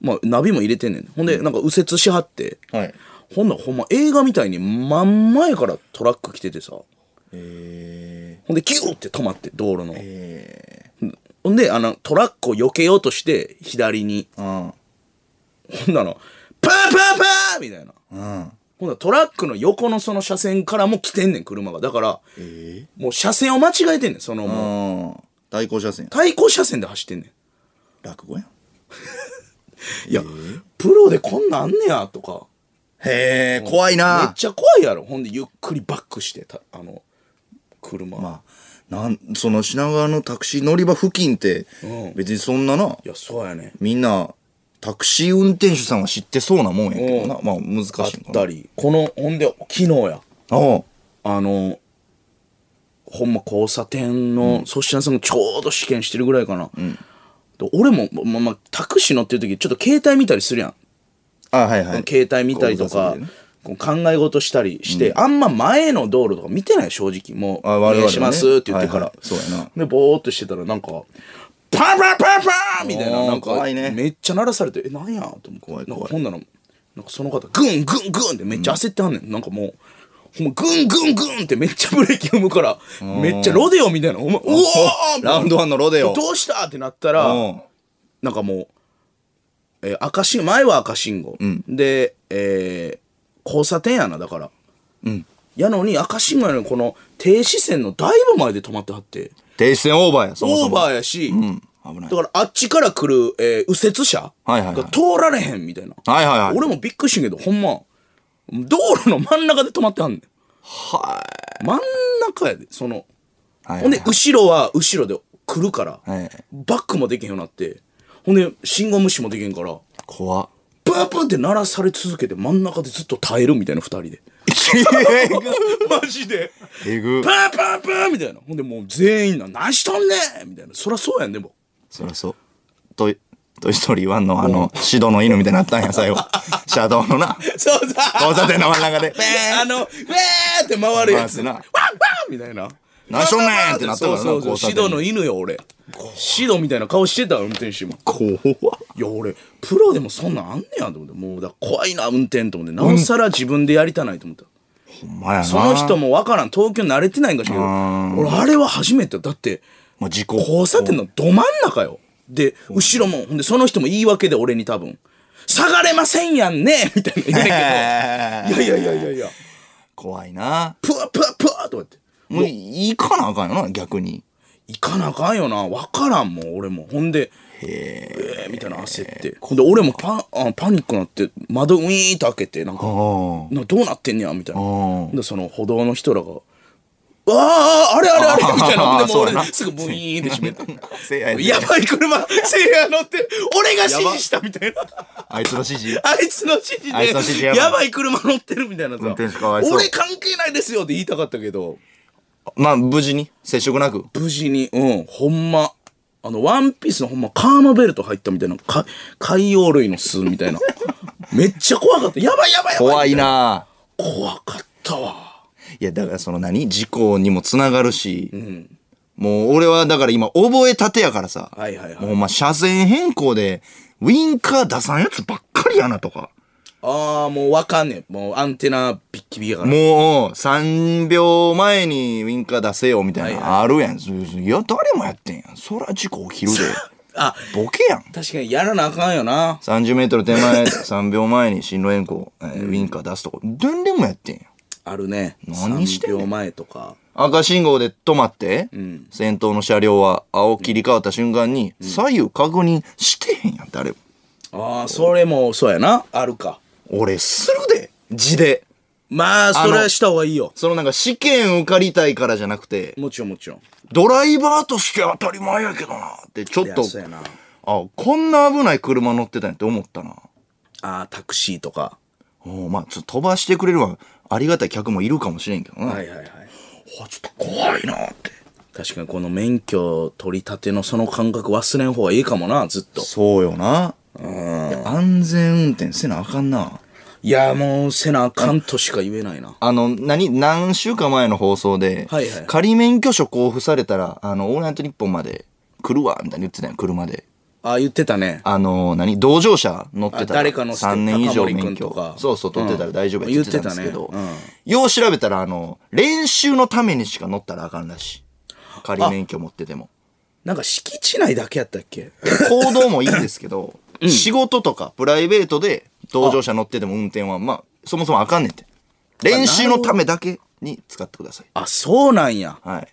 まあナビも入れてんねんほんでなんか右折しはって
はい。
ほんならほんま映画みたいに真ん前からトラック来ててさほ
え
んでキューって止まって道路の、
ー、え
ほんであのトラックを避けようとして左に
ー、あ
ほんならパーパーパーみたいな
あ、うん。
ほんならトラックの横のその車線からも来てんねん、車が。だから、
え
もう車線を間違えてんねん、その
ー、
もう。
ああ、対向車線や。
対向車線で走ってんね
落語やん。
ん。いや、プロでこんなんあんねや、とか。
へえ、怖い
めっ
な。
ちゃ怖いやろ。ほんで、ゆっくりバックして、たあの、車。
まあ、なん、その品川のタクシー乗り場付近って
うん、
別にそんなな、
いや、そうやね。
みんな、タクシー運転手さんは知ってそうなもんやけどな。
う
まあ、難しい
あっ
んかな。
たり。この、ほんで、昨日や。
ああ。
あの、ほんま交差点の粗品さんがちょうど試験してるぐらいかな。で俺も、ま、ま、タクシー乗ってる時、ちょっと携帯見たりするやん。
あはいはい。
携帯見たりと
こう
か
そうですね、
こう考え事したりして、あんま前の道路とか見てない正直もう「
あ我
お
々はね
願いします」って言ってか
はい
ら、
はいそうやな
でボーっとしてたらなんか「パンパンパンパン!」みたいな
おー
なんか、
怖いね
めっちゃ鳴らされて「えなんや?」と思って
怖い怖い
なんかほんならなんかその方グングングンってめっちゃ焦ってはんねん、なんかもう。ほんまグングングンってめっちゃ ブレーキ踏むからめっちゃロデオみたいなお前うおー
ラウンドワンのロデオ
どうしたってなったら
うん
なんかもう、えー赤信前は赤信号、で、えー交差点やなだから、やのに赤信号やのにこの停止線のだいぶ前で止まってはって
停止線オーバーや、そも
オ
そ
ー
も。
バーやし、
ー。危ない
だ。からあっちから来る、えー右折車
はいはいはい
が通られへんみたいな、
はいはいはい。
俺もびっくりしてんけどほんま道路の真ん中で止まってはんねん
は
真ん中やでその、
い。はい
ほんで後ろは後ろで来るから、
はい
バックもできへんようになってほんで信号無視もできへんから
怖っ。
バーバーって鳴らされ続けて真ん中でずっと耐えるみたいな二人 でマジで
えぐ
パ。ーパーパーみたいなほんでもう全員が「何しとんねん!」みたいなそりゃそうやんでも
そりゃそう。トイ、トイストーリー1のあの、シドの犬みたいになったんや、最後。シャドウのな、
そうさ
交差点の真ん中で。
あの「ウェー!」って回るやつ
回すな
ワンワンみたいな
何しとんねんってなったからな
そうそう
交差
そ
点
うシドの犬よ俺シドみたいな顔してた運転手も
怖っ。
いや俺プロでもそんなんあんねやと思ってもうだから怖いな運転と思ってなおさら自分でやりたないと思った、
ほんまやな。
その人。もわからん東京慣れてないんかしらんけど俺あれは初めてだって
まあ、事故。
交差点のど真ん中よで後ろもほんでその人も言い訳で俺に多分「下がれませんやんね」みたいな言うねん
へ
けど
ー
いやいやいやいやいや
怖いな。
プワプワプワとかって
もう、行かなあかんよな、逆に。
行かなあかんよなわからんもん俺もほんでえーみたいな焦ってほんで俺もパあパニックになって窓ウィーンと開けてなんか
ああ。
などうなってんねやみたいな
うん
ほんでその歩道の人らが「あああれあれあれ」みたいなほんでも
そう
う
やな
俺すぐブイーンって閉めて。
せいや
やばい車、せいや乗って、俺が指示したみたいな。
あいつの指示
あいつの指示
あいつの指示
で、
や
や
ばい
ばい車乗ってるみたいなさ。
運転手かわいそう
俺関係ないですよって言いたかったけど、
まあ、無事に、接触なく。
無事に、うん、ほんま、あの、ワンピースのほんまカーマベルト入ったみたいな、か海洋類の巣みたいな。 めっちゃ怖かった。やばいやばいやばい。
怖いなあ
怖かったわ。
いや、だからその何事故にもつながるし、もう俺はだから今、覚えたてやからさ、
はいはいはい
もうまあ車線変更で、ウインカー出さんやつばっかりやなとか、
ああ、もうわかんねえ。もうアンテナビッキビキやから。
もう3秒前にウインカー出せよみたいな、あるやん。そうそういや、誰もやってんやん。そら事故起きるで。
あ、
ボケやん。
確かにやらなあかんよな。
30メートル手 前、3秒前に進路変更、えーウインカー出すとこ、誰でもやってんやん。
あるね。
何してんねん
3秒前とか。
赤信号で止まって、先頭の車両は青切り替わった瞬間に左右確認してへんやん誰も
ああ、それも、そうやな。あるか。
俺するで字で
まあ、それはした方がいいよ。
そのなんか試験受かりたいからじゃなくて
もちろんもちろん。
ドライバーとして当たり前やけどなってちょっ
いや
と
そうやな。
あこんな危ない車乗ってたんやって思ったな
ああ、タクシーとか。
おうまあちょっと飛ばしてくれるわありがたい客もいるかもしれんけどな、
はいはいはい。
あちょっと怖いなって
確かにこの免許取り立てのその感覚忘れん方がいいかもな、ずっと。
そうよな。いや安全運転せなあかんな。
いや、もうせなあかんとしか言えないな。
あの、何、何週間前の放送で、
はいはい
仮免許証交付されたら、あの、オールナイトニッポンまで来るわ、みたいに言ってたよ、車で。
あ、言ってたね。
あの、何、同乗者乗ってたら、
あ誰か乗せて
3年以上
高森
免
君と
許
か
そうそう、取ってたら大丈夫やって言ってたんですけど、
言ってたね
よう調べたら、あの、練習のためにしか乗ったらあかんらしい。仮免許持ってても。
なんか敷地内だけやったっけ
行動もいいですけど、仕事とかプライベートで同乗者乗ってても運転は、まあ、そもそもあかんねんて。練習のためだけに使ってください。
あ、そうなんや。
はい。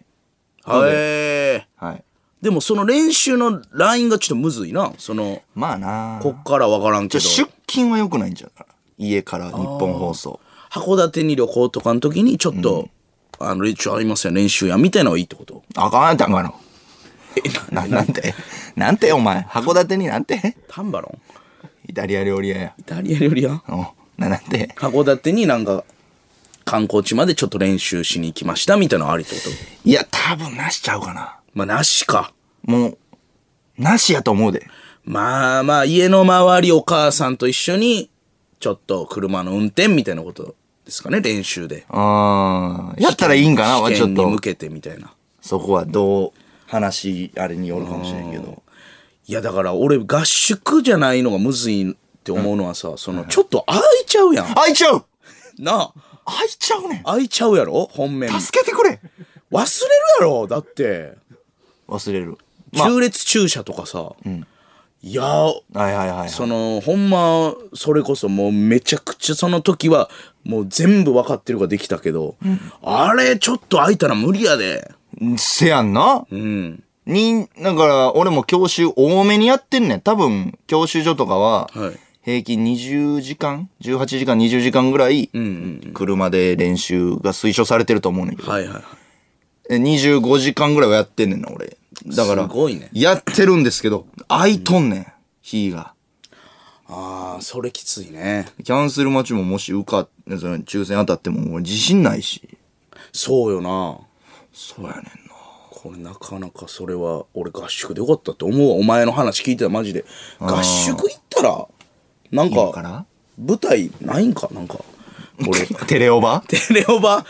へえ。
はい。
でもその練習のラインがちょっとむずいな。その、
まあなあ
こっからわからん
ち
け
ょ
ど。
出勤は良くないんじゃない家から日本放送。
函館に旅行とかの時にちょっと、あの、一応ありますよ、練習や、みたいなのがいいってこと
あかんってあかんの。な、なんてなんてお前。函館になんて
丹波の
イタリア料理屋や
イ。タリア料理屋
おな、なんて
函館になんか、観光地までちょっと練習しに行きました、みたいなのありってこと
いや、多分なしちゃうかな。
まあ、なしか。
もう、なしやと思うで。
まあまあ、家の周りお母さんと一緒に、ちょっと車の運転みたいなことですかね、練習で。
あーやったらいいんかな
試
ちょ
験
っ
に向
と。
けてみたいな。
そこはどう、話、あれによるかもしれんけど。
いや、だから俺、合宿じゃないのがむずいって思うのはさ、その、ちょっと空いちゃうやん。
開いちゃう
なあ、
開いちゃうねん
空いちゃうやろ本面。忘
助けてくれ
れるやろだって。
忘れる。ま
中列駐車とかさ、いやー
あ、はいはいはいはい。
そのほんまそれこそもうめちゃくちゃその時はもう全部分かってるからできたけど、あれちょっと空いたら無理やで
せやんな。
うん
に、だから、俺も教習多めにやってんねん。多分、教習所とかは
はい、
平均20時間 ?18 時間、20時間ぐらい、車で練習が推奨されてると思うねんけど。
はいはいはい
え25時間ぐらいはやってんねんな、俺。だから、
すごいね
やってるんですけど、空いとんねん、日が。
あーそれきついね
キャンセル待ちももし受かって、その抽選当たっても俺自信ないし。
そうよな
そうやねんな。
これなかなかそれは俺合宿でよかったって思うわお前の話聞いてたマジで合宿行ったらなん
いいか
から舞台ないんかなんか俺
テレオバ
テレオバ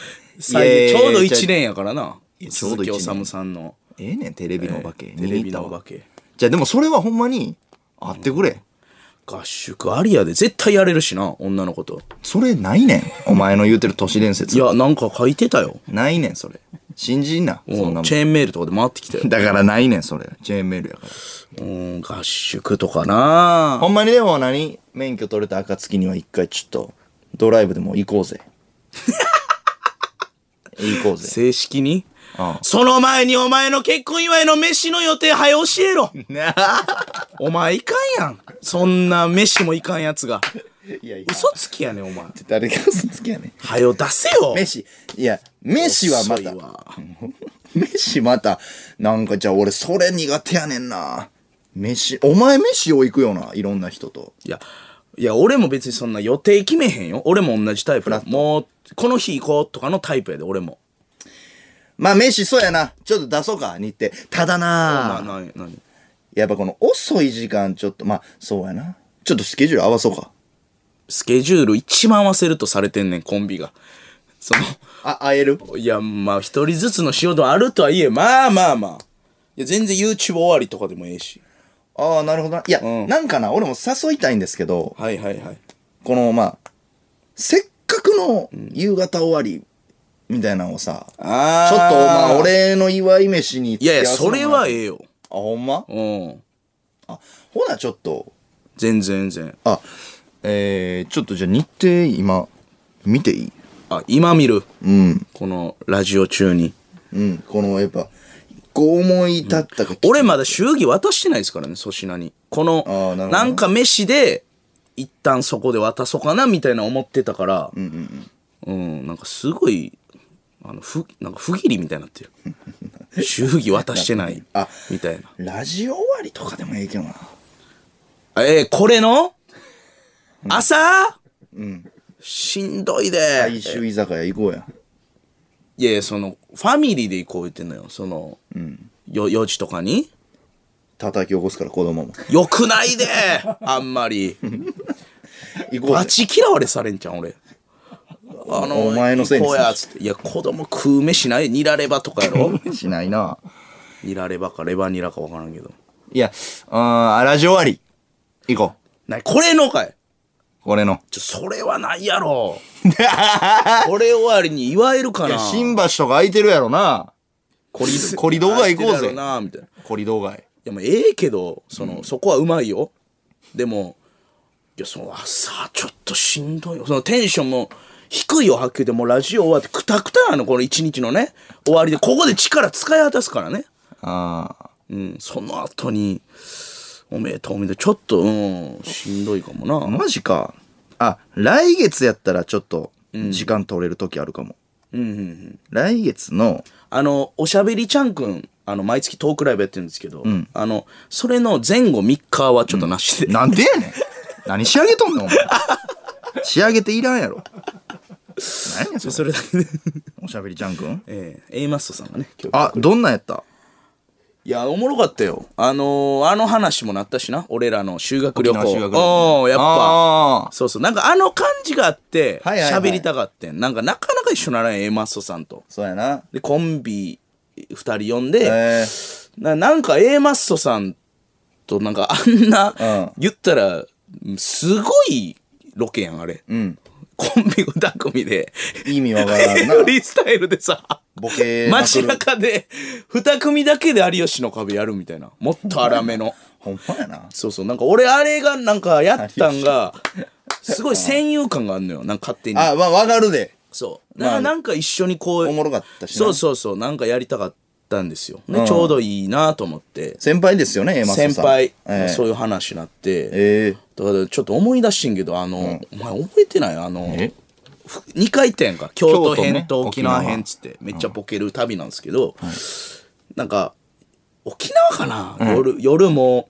いやいや
最
い
後
や
ちょうど1年やからな
やちょう
鈴
ど一
木
年
治さんの
ええねん、テレビのお化け。
テレビのお
見に行っ
化け
たわじゃあでもそれはほんまに、あってくれ。
合宿ありやで絶対やれるしな女の子と
それないねん。お前の言うてる都市伝
い
説。
やなんか書いてたよ
ないねん、それ。信じんな。そんなも
うん
ん。
チェーンメールとかで回ってきた よ
だからないねん、それ。チェーンメールやから。
うん合宿とかな
ほんまにでも何免許取れた暁には一回ちょっと、ドライブでも行こう ぜ。行こうぜ。
正式に
ああ
その前にお前の結婚祝いの飯の予定早教え ろお前いかんやんそんな飯もいかんや つが
いやいや
嘘つきやねんお前
誰が嘘つきやねん。
早出せよ
飯、いや、飯はま
遅い
た、
わ
飯また、なんかじゃあ俺それ苦手やねんな。飯、お前飯を行くよな、いろんな人と。
いや、いや、俺も別にそんな予定決めへんよ。俺も同じタイプだ。もう、この日行こうとかのタイプやで、俺も。
まあ飯、そうやな。ちょっと出そうか、日程。ただ
な、
な
な、なに
やっぱこの遅い時間、ちょっと、まあ、そうやな。ちょっとスケジュール合わそうか。
スケジュール一番合わせるとされてんねん、コンビが。そ
あ、会える
の、いや、まあ、一人ずつの仕事あるとはいえ、まあまあまあ。いや、全然 YouTube 終わりとかでもええし。
ああ、なるほどな。いや、
うん
なんかな、俺も誘いたいんですけど、
はいはいはい。
この、まあ、せっかくの夕方終わり、みたいなのをさ、ちょっと、
あー
まあ、俺の祝い飯に
いやいや、それは
あ、
ええよ。
ほんま
うん。
あ、ほな、ちょっと、
全然全然。
あ、えー、ちょっとじゃあ日程今、見ていい
あ、今見る。
うん。
この、ラジオ中に。
うん。この、やっぱ、こう思い立ったか、
俺まだ祝儀渡してないですからね粗品にこの
あーなるほど
な
ね
んか飯で一旦そこで渡そうかなみたいな思ってたからうんなんかすごいあのふなんか不義理みたいになって る祝儀渡してない
あ
みたいな
ラジオ終わりとかでもええけどな。
えー、これの朝、しんどいで、
大衆居酒屋行こうや。
いやいやそのファミリーで行こう言ってんのよその、よ4時とかに
叩き起こすから子供も
よくないであんまり
行こう
バチ嫌われされんじゃん俺あの
お前のせいに
行こうやつっていや子供食う飯ないニラレバとか やろ
ぜしないな
ニラレバかレバニラか分からんけど
いやあーラジオ終わり行こ
なこれのかいう
これの
ちょそれはない やろこれ終わりに言われるか
い
な
や新橋とか空いてるやろな
コリ
コリドが行こうぜ
なみたいない
コリド街
やまあええけどその、そこはうまいよでもいやその朝ちょっとしんどいよそのテンションも低いよはっきり言ってもうラジオ終わってくたくたなのこの一日のね終わりでここで力使い果たすからね
ああ
うんその後におめでとうおめでとうちょっとうんしんどいかもな
マジかあ来月やったらちょっと時間取れる時あるかも、
うんうんうん
来月の
あの、おしゃべりちゃんくん、あの、毎月トークライブやってるんですけど、あの、それの前後3日はちょっとなしで。
なんでやねん何仕上げとんねんお前仕上げていらんやろ何やねんそれ
それだけで。
おしゃべりちゃんくん
ええ A マストさんがね、今日。
あどんなんやった
いや、おもろかったよ。あのーあの話もなったしな、俺らの修学旅行。
沖縄修学旅行
おーやっぱ。
あー
そうそう。なんかあの感じがあって、
はいはいはい
喋りたかってん。なんかなかなか一緒ならん、A マストさんと。
そうやな
で、コンビ2人呼んで、
え
ななんか A マッソさんとなんかあんな、
うん
言ったらすごいロケやんあれ、
ん
コンビ2組で
ー、意味わからんな
フリースタイルでさ
ボケまく
街
る
中で2組だけで有吉の壁やるみたいなもっと荒めの
ほんまやな
そうそうなんか俺あれがなんかやったんがすごい戦友感があるのよなんか勝手に
あまあわかるで
そうだからなんか一緒にこう
おもろかったしな
そうそうそうなんかやりたかったんですよ、ねちょうどいいなと思って
先輩ですよね A マスさん
先輩、
え
そういう話になって、
え
だからちょっと思い出してんけどあの、お前覚えてないあの
え
2回転か京都編
京都
と
ね
沖縄
沖
編っ
縄
つってめっちゃボケる旅なんですけど、なんか沖縄かな、夜夜も、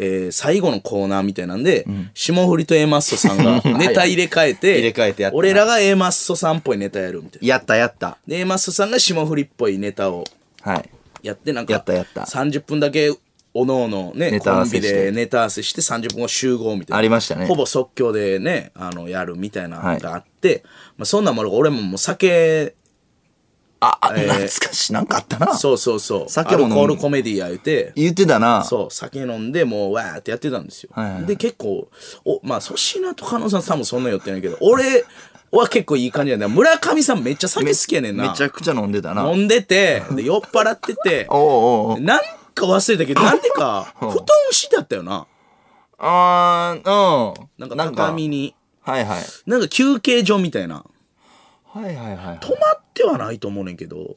えー最後のコーナーみたいなんで、霜降りと A マッソさ んがネタ入れ替えて
入れ替えてやったな
俺らが A マッソさんっぽいネタやるみたいな。
やったやった
で A マッソさんが霜降りっぽいネタを
はい
やってなんか
やったやった
30分だけおのおのね
ネタ合
コ
わ
ンビ
せして
でネタ合わせして30分後集合みたいな
ありましたね
ほぼ即興でねあのやるみたいな
は
の
い
があって、まあ、そんなんもろ俺ももう酒
あ、あ
えー
懐かしいなんかあったな
そうそうそう
酒
ア
も
ル
飲む
コールコメディや言うて
言ってたな
そう酒飲んでもうわーってやってたんですよ、
はいはいはい
で結構おまあ粗品と加納さん多分そんな酔ってないけど俺は結構いい感じなんだ村上さんめっちゃ酒好きやねんな
めちゃくちゃ飲んでたな
飲んでてで酔っ払ってて
おうおうおう
なんか忘れたけ ど、なんでか、布団敷いてあったよな。
あーうん
なんか畳に。
はいはい
なんか休憩所みたいな。
はいはいはい
泊まってはないと思うねんけど。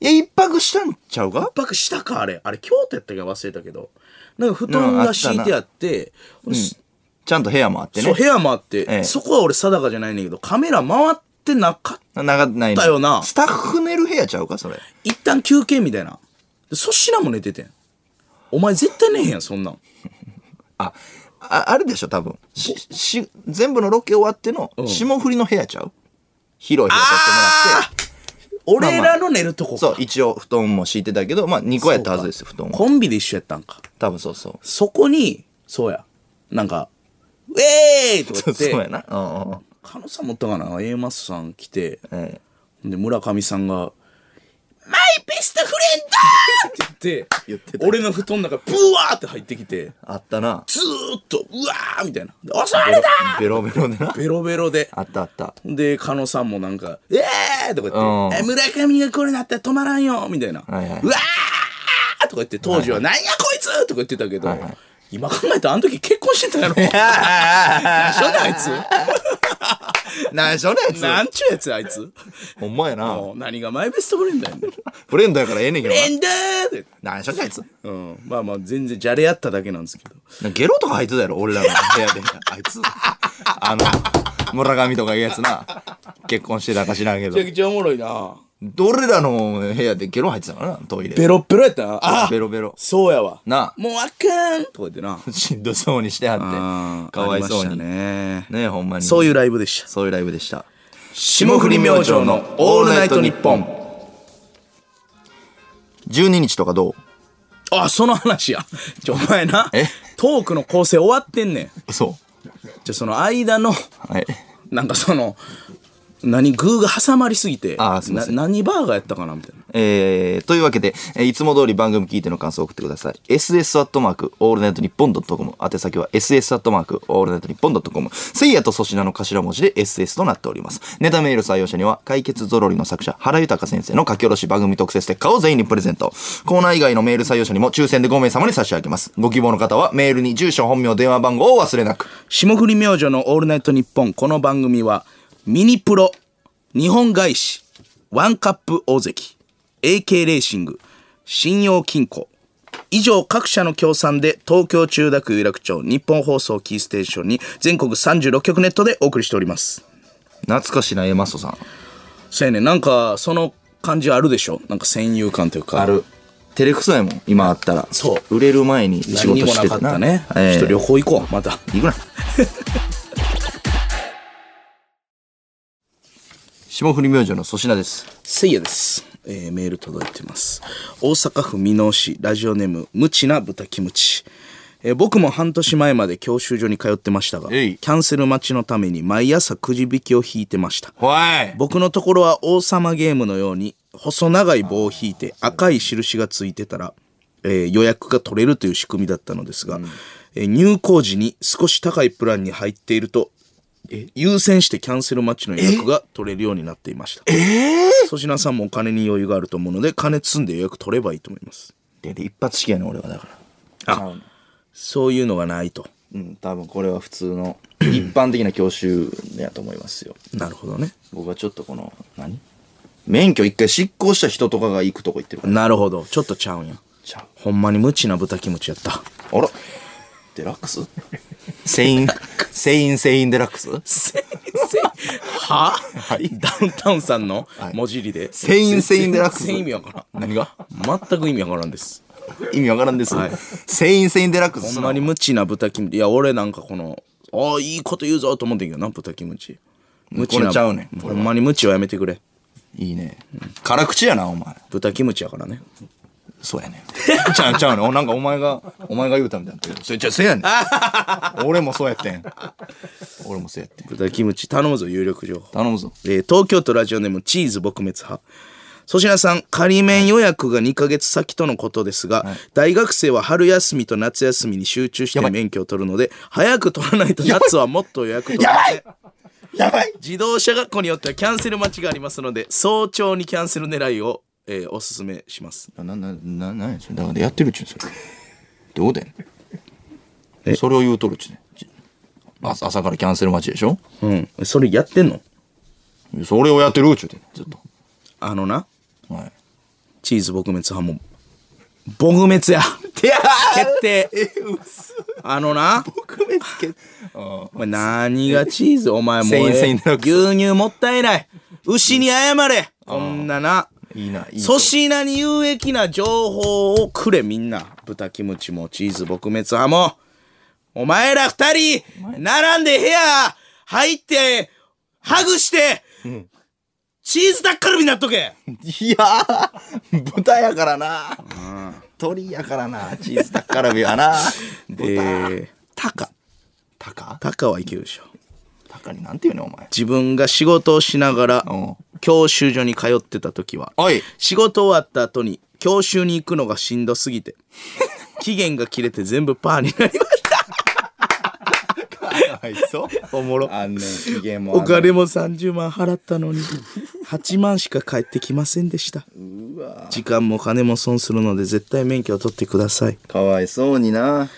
いや一泊したんちゃうか
一泊したか、あれ。あれ、京都やったっけ忘れたけど。なんか布団
うんあった
が
な
敷いてあって、そ
ちゃんと部屋もあって
そう、
ね
部屋もあって、
ええ
そこは俺定かじゃないねんけど、カメラ回ってなかった。
長ない
だよな
スタッフ寝る部屋ちゃうかそれ
一旦休憩みたいな。で粗品も寝ててん。お前絶対寝へんやん、そんなん。
あああれでしょ多分しし全部のロケ終わっての霜降りの部屋ちゃう広い部屋取ってもらって
俺らの寝るとこか。
そう一応布団も敷いてたけどまあ2個やったはずですよ布団は
コンビで一緒やったんか。
多分そうそう
そこに、そうや、なんか、ウェーイとか
そ
言
うそう
っ
や
て、
なうんうんうん
狩野さんもおったかな、A マスさん来て、
え
で、村上さんが、マイベストフレンドーって言
言
って、
ってた
俺の布団の中、ブワーって入ってきて、
あったな
ずーっと、うわーみたいな。で襲われた
ベロベロでな
ベロベロで。
あったあった
で、狩野さんもなんか、えーとか言
うん
って、え村上がこれなったら止まらんよみたいな。
はいはいう
わーとか言って、当時は、なんやこいつとか言ってたけど、
はいはい
今考えたらあの時結婚してた やろ。何しょんねんあい つ。
何しょねやつ
なんちゅうやつあいつ。
ほんまやな
もう何がマイベストフレンドやねん。
フレンドやからええねんけどな
エンダーって。
何しょねやつ
うん、まあまあ全然じゃれ合っただけなんですけど
なんかゲロとか入ってたやろ俺らの部屋であいつあの村上とかいうやつな結婚してたか知らんけど
めちゃくちゃおもろいな
俺らの部屋でゲロ入ってたからなトイレ
ベロッベロやったなあ
ベロベロ
そうやわ
な
もうあかんとか言ってな
しんどそうにしてはってかわいそう
ありま
に
した
ね
ね
ほんまに
そう
いう
いうライブでした
そういうライブでした
霜降り明星のオールナイトニッポン。
12日とかどう
あ、その話や。 ちょ、お前な
え、
トークの構成終わってんねん。
嘘
じゃ、その間の、
はい。
なんかその、何、具が挟まりすぎて、
あーすいま
な
せん
何バーガーやったかなみたいな。
えー、というわけで、えーいつも通り番組聞いての感想を送ってください。ss アットマークオールナイトニッポンドットコム。宛先は ss アットマークオールナイトニッポンドットコム。せいやと粗品の頭文字で ss となっております。ネタメール採用者には、解決ぞろりの作者、原豊先生の書き下ろし番組特設ステッカーを全員にプレゼント。コーナー以外のメール採用者にも抽選で5名様に差し上げます。ご希望の方は、メールに住所、本名、電話番号を忘れなく。
霜降り明星の「オールナイトニッポン」この番組はミニプロ日本外資ワンカップ大関 AK レーシング信用金庫以上各社の協賛で東京中田区有楽町日本放送キーステーションに全国36局ネットでお送りしております
懐かしいな、エマストさん。
そうやねなんかその感じあるでしょなんか戦友感というか
ある。照れくさいもん、今あったら。
そう
売れる前に仕
何に
事
も
し
な
て
か
た
っ
な
たね、
え
ちょっと
ー
旅行行こうまた
行くな。 霜降り明星の粗品です。
せいやです、えーメール届いてます大阪府箕面市ラジオネーム無知な豚キムチ、えー僕も半年前まで教習所に通ってましたがキ
えい
ャンセル待ちのために毎朝くじ引きを引いてました
ほい。
僕のところは王様ゲームのように細長い棒を引いて赤い印がついてたら、えー予約が取れるという仕組みだったのですが、えー入校時に少し高いプランに入っていると優先してキャンセル待ちの予約が取れるようになっていました粗品さんもお金に余裕があると思うので金積んで予約取ればいいと思います
で、で一発式やね俺はだから。
あそういうのがないと
うん、多分これは普通 の一般的な教習やと思いますよ。
なるほどね
僕はちょっとこの、何免許一回執行した人とかが行くとこ行ってるから。
なるほどちょっとちゃうんや
ちゃ
ほんまに無知な豚キムチやった
うあらデラックスセイン、セイン、セインデラックス
先生は、ダウンタウンさんの文字入りで。
セインセインデラックス
全然意味わからん。
何が
全く意味わからんです。
意味わからんです。
はい
セイン、セインデラックス。
ほんまに無知な豚キムチ。いや、俺なんかこの、ああ、いいこと言うぞと思ってんけどな、豚キムチ。無知
これ
な。
ちゃうねん
ほんまに無知はやめてくれ。
いいね。辛口やな、お前。
豚キムチやからね。
そうやねん。 ちゃうちゃうねん。おなんかお前が、お前が言うたみたいになってる。それじゃせやね ん。俺もそうやってん。俺もそうやってん。
豚キムチ頼むぞ、有力情報。
頼むぞ。
えー東京都ラジオネームチーズ撲滅派粗品さん仮面予約が2ヶ月先とのことですが、大学生は春休みと夏休みに集中して免許を取るので早く取らないと夏はもっと予約取れません
やばい
自動車学校によってはキャンセル待ちがありますので早朝にキャンセル狙いを、えーおすすめします
な、な、な、な、なんやそれ。だからやってるっちゅうんそれ。どうだよ。それを言うとるっちゅうねん。朝朝からキャンセル待ちでしょ
うんそれやってんの
それをやってるっちゅうてんねんずっと。
あのな
はい。
チーズ撲滅派も撲滅や
いや
決定
え、薄
あのな
くめつけ。あ
お前何がチーズお前もう
千円
ええ
千円の
牛乳もったいない牛に謝れこんなな
ーいいな、いい
粗品に有益な情報をくれみんな豚キムチもチーズ撲滅派もお前ら二人並んで部屋入ってハグして、チーズタッカルビになっとけ
いやー、豚やからな。鳥やからな。チーズタッカルビはな。
でタカ
タカ
タカはいけるでしょ
タカになんて言うねん、お前。
自分が仕事をしながら
うん
教習所に通ってた時は
おい
仕事終わった後に教習に行くのがしんどすぎ て期限が切れて全部パーになりました
かわいそう。おもろ。あんねん、機嫌もあんねん
お金も30万払ったのに8万しか返ってきませんでした時間も金も損するので絶対免許を取ってください
かわいそうにな。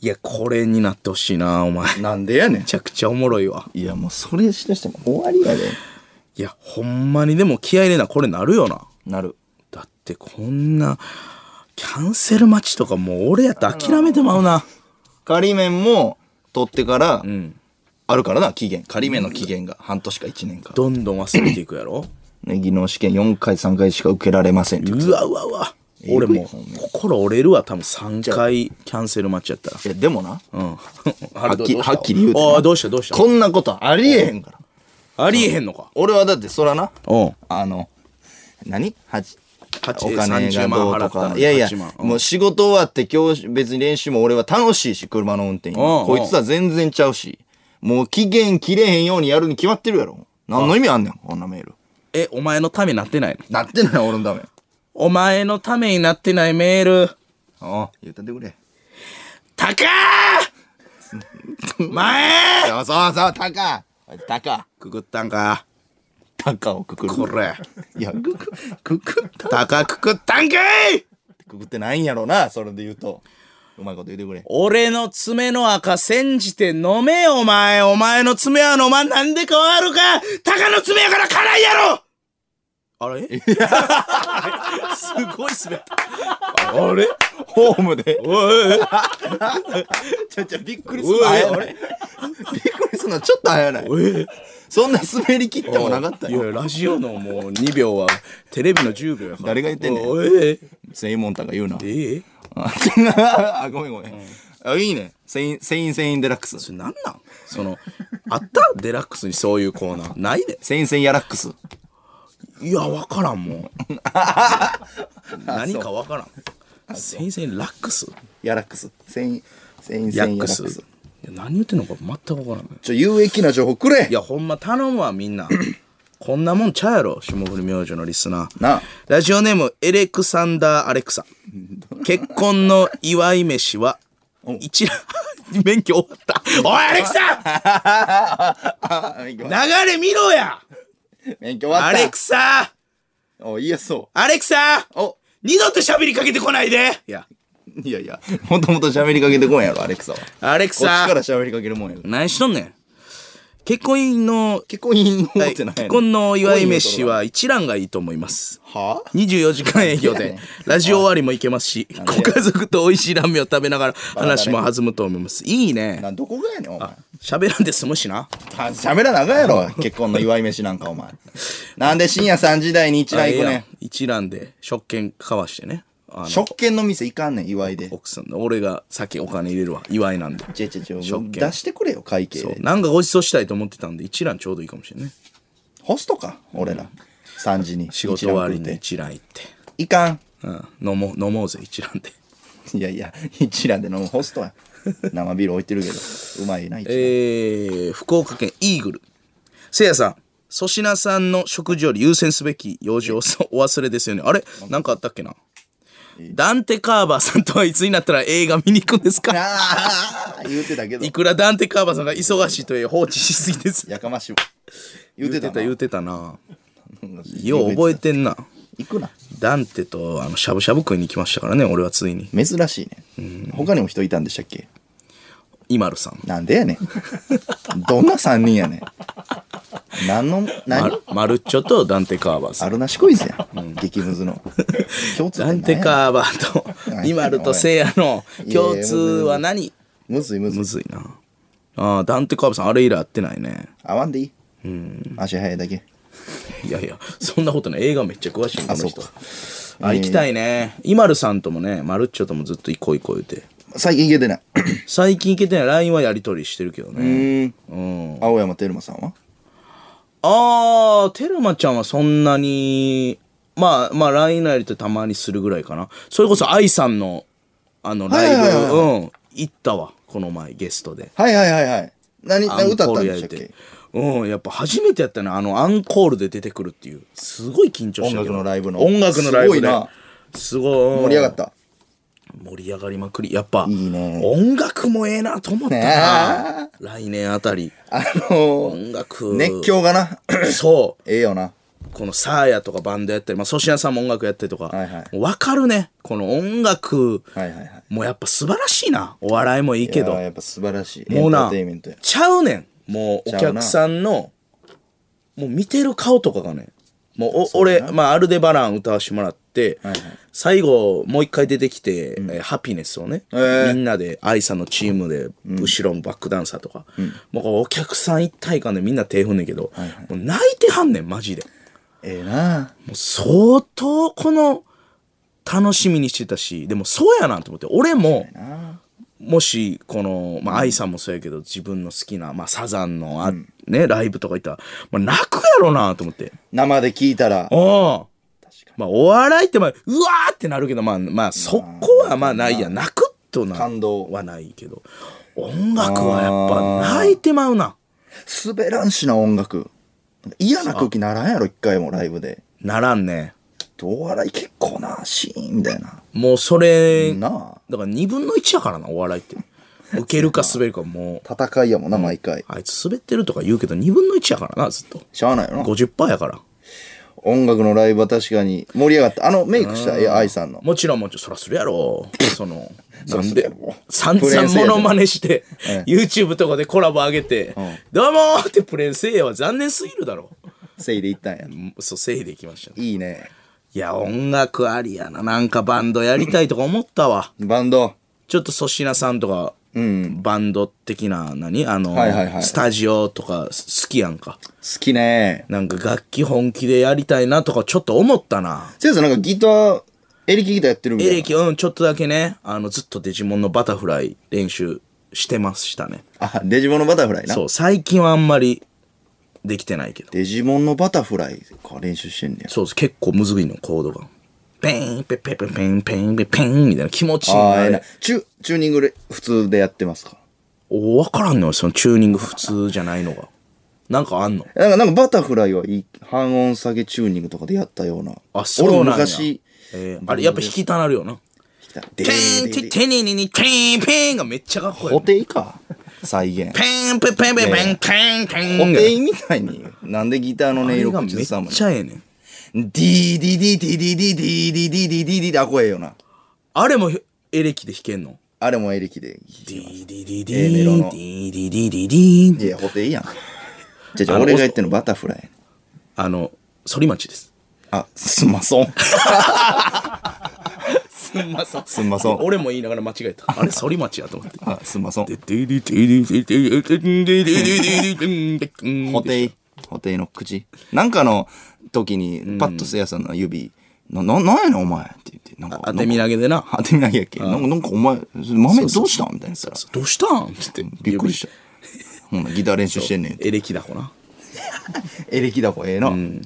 いやこれになってほしいなお前め
なんでやねん。
ちゃくちゃおもろいわ
いや、もうそれしだしても終わりやで。
いやほんまにでも気合い入れなこれなるよな
なる。
だってこんなキャンセル待ちとかもう俺やったら諦めてまうな
仮面も取ってから、
ん
あるからな、期限。仮面の期限が半年か1年か。
どんどん忘れていくやろ
ね、技能試験4回、3回しか受けられませんって言って
うわうわうわ俺もう心折れるわ多分3回キャンセル待ちやったら
たいや、でもな、
うんは
はっきりはっきり言うてな
ああどうしたどうした
こんなことありえへんから。
ありえへんのか。
俺はだってそらな
うん。
あの何はち
八
お金がどうと
30万払ったの
か
に
いやいや
8万うん
もう仕事終わって今日別に練習も俺は楽しいし車の運転
うんうん
こいつは全然ちゃうしもう期限切れへんようにやるに決まってるやろ何の意味あんねんこんなメール
え、お前のためになってないの
なってない俺のた め
お前のためになってないメール。
ああ言ったってくれ
たかー前
そうそうそうタカあいつタカ
くぐったんか。
タカをくくる
これ。
いやくくくくった
たかくくったんかい
くくってないんやろうなそれで言うとうまいこと言ってくれ
俺の爪の赤煎じて飲めよお前。お前の爪は飲まんなんで変わるか。タカの爪やから辛いやろあれすごい滑った。あれ
ホーム で
おい
ちょちょびっくりすんの早
うわ
ないびっくりすんのちょっと早ない
おい
そんな滑り切ってもなかった
いや
よ
ラジオのもう2秒はテレビの10秒やから
誰が言ってんねん
おい
セイモンタンが言うな
えー、
ああごめんごめん、あいいねセインセインセインデラックス
それなんなんそのあったデラックスにそういうコーナーないで
セインセインヤラックス
いやわからん もう何かわからん先生ラックス
ヤラックスセインセインセインヤ
ヤ
ラッ
ッ
ク
ク
ス
スいや何言ってんのか全くわからん
ちょ有益な情報くれ
いやほんま頼むわみ んなこんなもんちゃうやろ霜降り明星のリスナー
なあ
ラジオネームエレクサンダー・アレ クサ結婚の祝い飯は一覧免許終わった おいアレクサ
あ免許
流れ見ろや
免許終わ
ア
った
レクサ
おいやそ
アレクサ
うお
二度と喋りかけてこないでいや
いやいやもともと喋りかけてこんやろアレクサはこ
アレク
っちか
サ
ら喋りかけるもんやから
何しとんねん結婚の
結婚いいのってない
結婚の祝い飯は一覧がいいと思います
は
24時間営業
いや
で
ね、
ラジオ終わりも行けますし、ご家族と美味しいラーメンを食べながら話も弾むと思います。いいね。
などこがやねんお前
喋らんで済むしな。
た喋らなあかんやろ結婚の祝い飯なんかお前なんで深夜3時台に一覧行く
あええ
ね
やん
ん
一覧で食券交わしてね。あの
食券の店行かんねん祝いで
奥さんの、俺が先お金入れるわ。祝いなんで。
ちょちょちょ
食券
出してくれよ会計
そうなんかご馳走したいと思ってたんで、一覧ちょうどいいかもしれないね。
ホストか俺ら3時に
仕事終わり
一覧食
に
うて
一覧行って。
いかん
うん。飲もう、飲もうぜ、一覧で。
いやいや一覧で飲むホストや生ビール置いてるけどうまいな一覧
えー、福岡県イーグル。せいやさん、粗品さんの食事より優先すべき用事をそうお忘れですよね。あれなんかあったっけなダンテ・カーバーさんとはいつになったら映画見に行くんですか
ああ言うてたけど
いくらダンテ・カーバーさんが忙しいという放置しすぎです。
やかましいわ言うて
言
た
って
な
た言ってたな。よう覚えてんな。
行くな
ダンテとあのしゃぶしゃぶ食いに来ましたからね、俺はついに。
珍しいね他にも人いたんでしたっけ
イマルさん。
なんでやね ん。どんな3人やねん。何の、
マ
何
ルマルッチョとダンテ・カーバーさん
あ。るなしクイズやん。激ムズ の。共通
ダ
点
ンテ・
なんや。
カーバーとイマルとせいやの共通は何
むずいむず
む
い。
ずいなあーダンテカーブさんあれ以来会ってないね
合わんでいい。うん。足早いだけ。
いやいやそんなことない映画めっちゃ詳しいもんこの人
あそ
あ行きたいねイマルさんともねマルッチョともずっと行こう行こう言うて
最近行けてない。
最近行けてない LINE はやり取りしてるけど
う
ね
ーん。
うん
青山テルマさんは
あーテルマちゃんはそんなにまあまあ LINE のやり取りたまにするぐらいかなそれこそ愛さんのあのライブ、
はいはいはいは
うん行ったわこの前ゲストで
はいはいはいはい。何、何歌ったんでしたっ
アンコールやり
け
てうん、やっぱ初めてやったな、あのアンコールで出てくるっていう。すごい緊張したけど。
音楽のライブの
音楽のライブ
すご
で。
いな
すごい。
盛り上がった。
盛り上がりまくり。やっぱ、
いいね
音楽もええなと思ったな
ね。
来年あたり。
あのー、
音楽。
熱。狂がな。
そう。
ええよな。
このサーヤとかバンドやったり、まあ、粗品さんも音楽やったりとか。
はいはい
もうわかるね。この音楽、
はいはいはい。
もうやっぱ素晴らしいな。お笑いもいいけど
いや。ーやっぱ素晴らしい。エ
もう
ンタ
な
ーテインメントや。
ちゃうねん。もう
ち
お
ゃうな
客さんの、もう見てる顔とかがね、もうお俺、まあ、アルデバラン歌わしてもらって、
はいはい
最後、もう一回出てきて、えーハピネスをね、
ー
みんなで、愛さんのチームで、後ろもバックダンサーとか、もうこうお客さん一体感でみんな手振んねんけど、もう泣いてはんねん、マジで。
ええな。
もう相当この、楽しみにしてたし、でもそうやなと思って、俺も、もしこの、まあ、愛さんもそうやけど自分の好きな、まあ、サザンのあ、ね、ライブとか行ったら、まあ、泣くやろなと思って。
生で聞いたら。
ああ。まあ、お笑いって、まあ、うわーってなるけど、まあ、まあ、そこはまあないや。泣くとな、
感動
はないけど、音楽はやっぱ泣いてまうな。
滑らんしな音楽。なんか嫌な空気ならんやろ、一回もライブで。
ならんね。
お笑い結構な、シーンみたいな。
もうそれ、だか
な
ら2分の1やからな、お笑いって。受けるか滑るかもう、
あ。戦いやもんな、毎回。
あいつ滑ってるとか言うけど、2分の1やからな、ずっと。
しゃあないよな。
50%やから。
音楽のライブは確かに盛り上がった。あの、メイクした、いや、愛さんの。
もちろんもちろんそらするやろその
そ
な
ら
ん
するや
で
ろ
散
プレー
々
せえや
モ
で
ノマネして YouTube とかでコラボ上げて「どうも!」ってプレイせいやは残念すぎるだろ
せいで行ったんや。
そうせいでいきましたね
いいね。
いや音楽ありやななんかバンドやりたいとか思ったわ
バンド。
ちょっと粗品さんとかバンド的な何あの
はいはいはい
スタジオとか好きやんか
好きね。
なんか楽器本気でやりたいなとかちょっと思ったな
せいさんなんかギター、エレキギターやってるみたい
エレ
な。
キうんちょっとだけねあのずっとデジモンのバタフライ練習してましたね
あ、デジモンのバタフライな。
そう、最近はあんまりできてないけど。
デジモンのバタフライか、練習してんねや。
そうです、結構むずいの、コードが。ペーン、ペペペペン、ペン、ペペン、みたいな気持ちいい
ああ、ええ
な
な。。チュ、チューニングで普通でやってますか
お、わからんのよ、そのチューニング普通じゃないのが。なんかあんの
なんか、なんかバタフライはいい半音下げチューニングとかでやったような。
あ、そうなんや。
俺も昔、
えーあれ、やっぱ弾きたなるよな。
で
ペーン、テテニニニ、ペーン、ペーンがめっちゃかっこいい
固。定か。再現。
ペーン、ペペペペペン、ペン、ペン。
固定みたいに。なんでギターの音
あれ
色
がめ
口
っ
ずさんも
ちゃええねん。
ディーディーディーディーディーディーディーディーディーディーディーディーあ、こええよな。
あれもひエレキで弾けんの
あれもエレキで。
ディディディディ
A メロの
ディディディディディ
いや、固定やん。じゃじ
あ
ゃ
の
俺が言ってんのバタフライ。
あの、反町です。
あ、すんまそん。
すんまそん。
すんまそん
俺も言いながら間違えた。あれ、反町やと思って。
あ、すんまそん。
固
固。定。固定の口。なんかの時に、パッとせいやさんの指、な、な、なんやねんお前って言って、なんか、
当て身投げでな。
当てみなきゃいけんなんか、なんかお前、豆どうしたんみたいなさ。
どうしたんって言って。
びっくりした。ほんならギター練習してんねん。
エレキだこな。
エレキだこええな。
い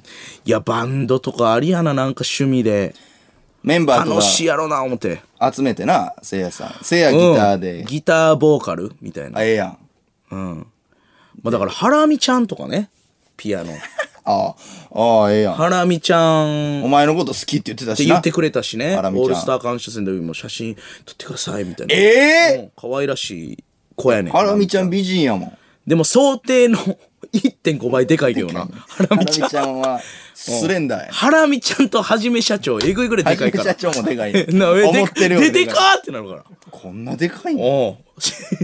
や、バンドとかありやな、なんか趣味で。
メンバーと
楽しい
か
やろな、思って。
集めてな、せいやさん。せいやギ
うん
ターで。
ギターボーカルみたいな。
あ、ええやん。
まあだから、ハラミちゃんとかね。ピアノ。
ああ、ああ、ええやん。
ハラミちゃん
お前のこと好きって言ってた
って
し
言
な
っ。てくれたしね。オ
ハラミちゃん
ールスター感謝戦でも写真撮ってくださいみたいな。
ええ
うん可愛らしい子やねん。
ハラミちゃん美人やもん。
でも想定の1.5倍でかいけどな。ハ
ハ
ラ
ラ
ミ
ミ
ち
ち
ゃん。
ゃんはスレンダーやん。
ハラミちゃんとはじめ社長、えぐいぐらいで
は
か
じめ
いから。
社長もでかいやん。
なえ
思ってるより
ででか
い。
ーってなるから。
こんなでかいんや
おう
え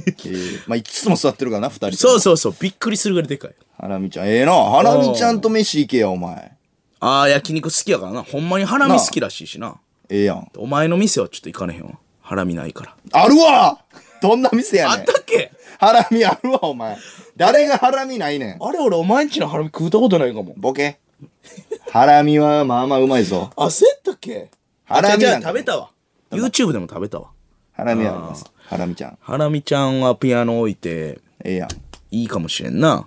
えまあ、いつも座ってるからな、二人とも。
そうそうそう、びっくりするぐらいでかい。
ハラミちゃん、ええな。ハラミちゃんと飯行けよ、お前。
ああ、焼肉好きやからな。ほんまにハラミ好きらしいしな。
ええやん。
お前の店はちょっと行かねへんわ。ハラミないから。
あるわどんな店や
あ
ね
っ
ん。
たっけ
ハラミあるわ、お前。誰がハラミないねん。
あれ俺お前んちのハラミ食うたことないかも。
ボケ。ハラミはまあまあうまいぞ。
焦ったっけ
ハラミ
じゃ
な
あ
ん
食
か
べたわ。YouTube でも食べたわ。
ハラミあります。ハラミちゃん。
ハラミちゃんはピアノ置いて、
ええやん。
いいかもしれんな。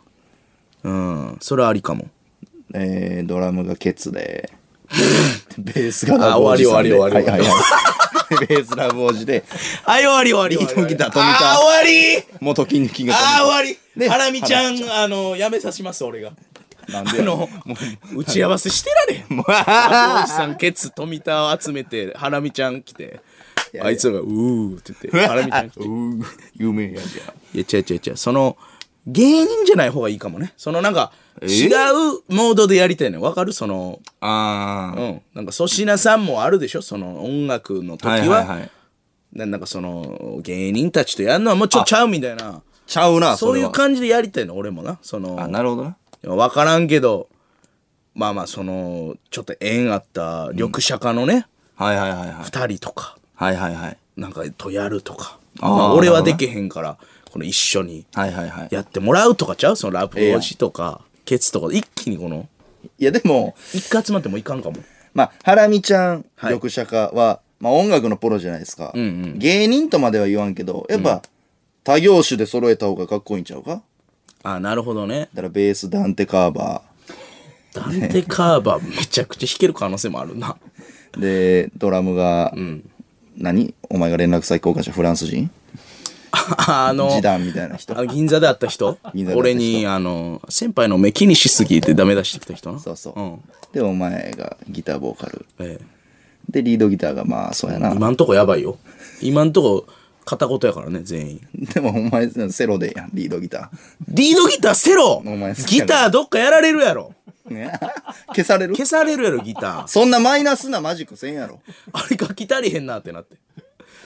うん、それはありかも。
えー、ドラムがケツで、ベースが
あ
ラブおじさんで
終わり終わり終わり
はいはいはい。ベースラブ王子で、
はい、終わり終わり。
いい時だ富田
あー、終わり
元筋肉が。
あー、終わり
で
ハラミちゃん、あの、やめさします、俺が。
なん
あ
でや
の、打ち合わせしてら れん。もう、おじさん、ケツ、富田を集めて、ハラミちゃん来て、あいつらが、うーって言って、ハラミちゃん来て。
うー有名やじゃん。
いや、違う違う違う。その、芸人じゃない方がいいかもね。そのなんか、違うモードでやりたいの。わかるその、
あ
う
ー。
ん。なんか粗品さんもあるでしょその音楽の時は。
はいはいはい。
ななんかその、芸人たちとやるのはもうちょっとちゃうみたいな。
ちゃうな、
そうい
れ
う
は
感じでやりたいの、俺もな。そ
あ、
の、
なるほどな。
わからんけど、まあまあ、その、ちょっと縁あった緑茶家のね、
はいはいはいはい。
二、人とか、
はいはいはい。
なんかとやるとか。
あー
まあ、
な
俺
るほ
は
どね
できへんから、この一緒に
はいはいはい。
やってもらうとかちゃうそのラブ王子とか、ケツとか、一気にこの、
いやでも、
一回集まってもいかんかも。
まあ、ハラミちゃん、
い
緑茶家は、まあ、音楽のプロじゃないですか、
んう
芸人とまでは言わんけどやっぱ、多業種で揃えた方がかっこいいんちゃうか
あ、なるほどね。
だからベースダンテカーバ
ダンテカーバーめちゃくちゃ弾ける可能性もある な。
ーでドラムが、何お前が連絡先交換したフランス人
あの、
示談みたいな人
あの銀座で会った人
銀座で会った人
俺に、あの、先輩の目気にしすぎてダメ出してきた人な。
そうそう、
うん。
でお前がギターボーカル
え
でリードギターがまあそうや
え
な
今んとこやばいよ。今んとこ片言やからね、全員。
でもお前セロでやんリードギタ
リードギターセロ
前好きや
ギ
な
ターどっかやられるやろ。
ー、ね、 消される
消されるやろ、ギター。
そんなマイナスなマジックせんやろ
あれ楽器足りへんなってなって。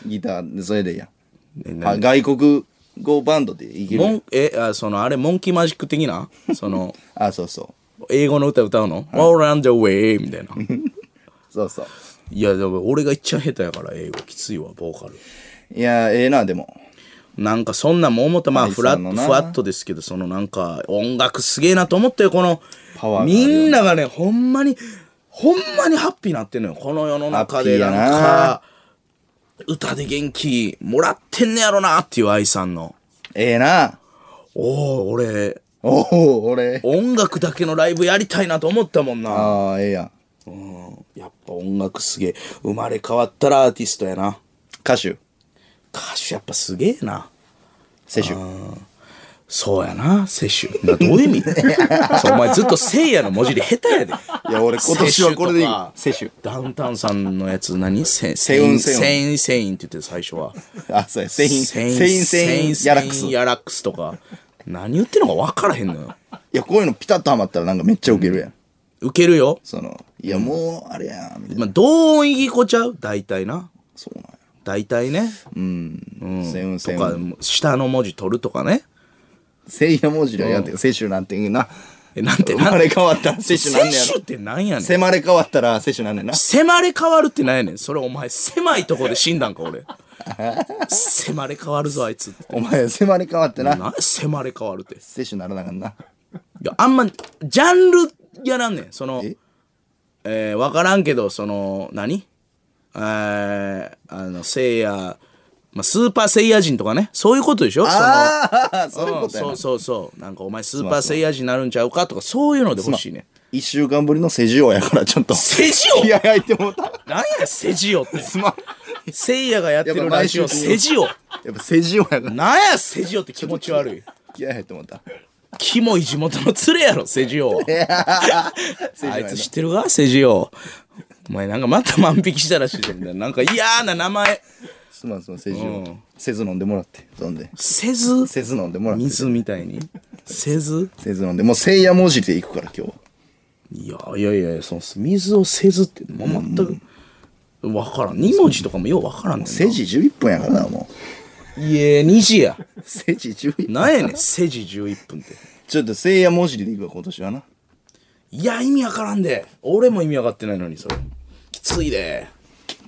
ギターでそれでや
え
んあ外国語バンドでいける
モンえあそのあれモンキーマジック 的なその
あそうそう
英語の歌歌うの「All Around the Way」みたいな
そうそう
いやでも俺が一番下手やから英語きついわボーカル
いやええなでも
なんかそんなんも思ったまあ
愛
フ
さ
ラ
んの
ッ
な
ふわっとですけどそのなんか音楽すげえなと思ったよこの
パワーがある
み
よね
んながねほんまにほんまにハッピーになってんのよこの世の中でなん
ハッピーやな
か歌で元気もらってんねやろなっていう愛さんの
ええな
おお俺
おお俺
音楽だけのライブやりたいなと思ったもんな
ああええやん
うんやっぱ音楽すげえ生まれ変わったらアーティストやな
歌手
歌手やっぱすげえな
世手
そうやなセシュなどういう意味 そうお前ずっと「せいや」の文字で下手やで
いや俺 今年はこれでいい世
セ
手
ダウンタウンさんのやつ何 せ
セウンセウン
セインセインって言ってた最初は
あそうやセインセインセイン
セ
ヤラックス
セイン
い
ヤラックスとか何言ってるのか分からへんのよ
やこういうのピタッとはまったらなんかめっちゃウケるやん、
ウケるよ、
そのいやもうあれやんみたいな
まあ、同音異義語ちゃう大体な
そうなんや
大体ね
うんセウンセ
と
ウ
か
ン
下の文字取るとかね
セイヤ文字ではやんて世手なんていうな
えなんて
生
なん
まれ変わったら世手なんねや
摂
ろ
取ってなんやねん
迫れ変わったら世手なんねんな
迫れ変わるってなんやねんそれお前狭いとこで死んだんか俺迫れ変わるぞあいつって
お前迫れ変わってな
何や迫れ変わるってい
接種ならなあかんな。
やあんまジャンルやらんねんその
え
えー、分からんけどその何えー、あのせいや、まあ、スーパーセイヤ人とかねそういうことでしょその
ああ、そういうことや
そ
な
う。そうそうなんかお前スーパーセイヤ人になるんちゃうかとかそういうので欲しいねん
一週間ぶりの世辞王やから、ちょっと。
世辞を
いや、焼いてもうた。
何やセジオって
すまん。
せいやがやってるラジ
や
オ
っぱ毎週金曜
セジオ
やっぱ世辞王やから。
なんやセジオって気持ち悪い
いや、やってもうた。
キモい地元の連れやろセジオは
世
あ
辞王
い
や
つ
な
知ってるかセジオお前なんかまた万引きしたらしいぞみたいななんか嫌な名前
すまん、すまん、世辞
う
王
ん。
せず飲んでもらって。飲んで。
せず
せず飲んでもらって。
水みたいにせず
せず飲んで。もう聖夜文字で行くから、今日。
いやいやいやその水をせずってもう全く分からん2文字とかもよう分からんねんな
世辞11分やからな、もう。
いえ2時や
世辞11分。
なんやねんセジ11分って
ちょっと聖夜文字で行くわ、今年はな。
いや、意味わからんで。俺も意味わかってないのに、それ。きついで。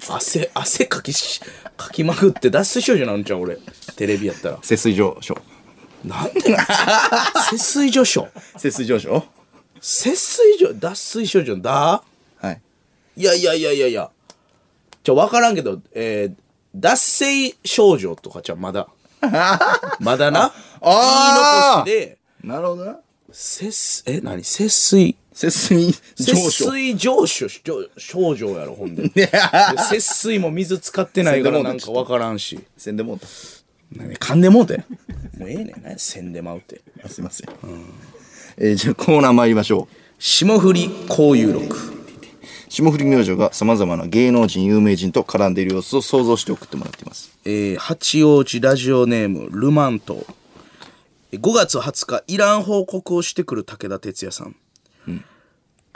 汗、汗かきし、かきまくって脱水症状なんちゃう俺。テレビやったら。
節水上昇。
なんでな節水上昇。
節水上昇
節水上、脱水症状だ
はい。
いやいやいやいやいや。ちょ、わからんけど、えー、脱水症状とかじゃうまだ。まだな。
あー
言い残しで、
なるほどな。
節、え、何節水。
節水上
節
昇。
水上昇上症状やろほん でで節水も水使ってないからなんか分からんし
せんでもうた。
何噛んでもうてもうええねん何せんでまうて
あすいません。えーじゃあコーナー参りましょう。
霜降り交友録
霜降り明星が様々な芸能人、有名人と絡んでいる様子を想像して送ってもらっています。
えー八王子ラジオネームルマント5月20日イラン報告をしてくる武田鉄矢さん、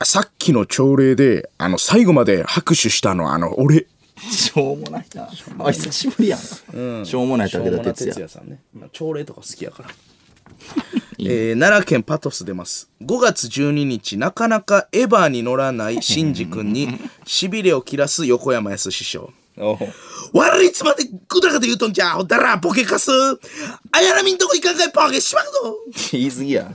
さっきの朝礼であの最後まで拍手したのはあの俺
しょうもないな。あ、久しぶりやん。しょうもない武田鉄矢。
さんね朝礼とか好きやからえー奈良県パトス出ます5月12日なかなかエヴァに乗らないシンジ君にしびれを切らす横山康師匠
おう
悪いつまでぐだぐだ言うとんじゃほったらボケかすあやなみんとこ行かんかいボケしまくぞ
言い過ぎや。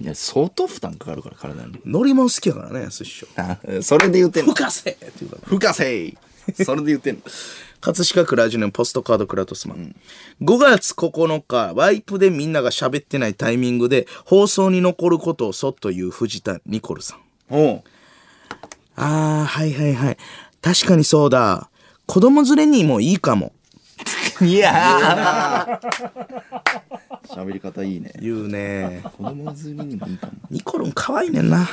いや、相当負担かかるから、体に。
乗り物好きやからね康師匠
あそれで言ってんの。
吹かせっていうから
深瀬それで言ってんの。
葛飾区ラジオネームポストカードクラウトスマン、5月9日ワイプでみんなが喋ってないタイミングで放送に残ることをそっと言う藤田ニコルさん
おう
あーはいはいはい確かにそうだ子供連れにもいいかも
いやー喋り方いいね。
言うね
子供ずりにもいいかも。
ニコルン可愛いねんな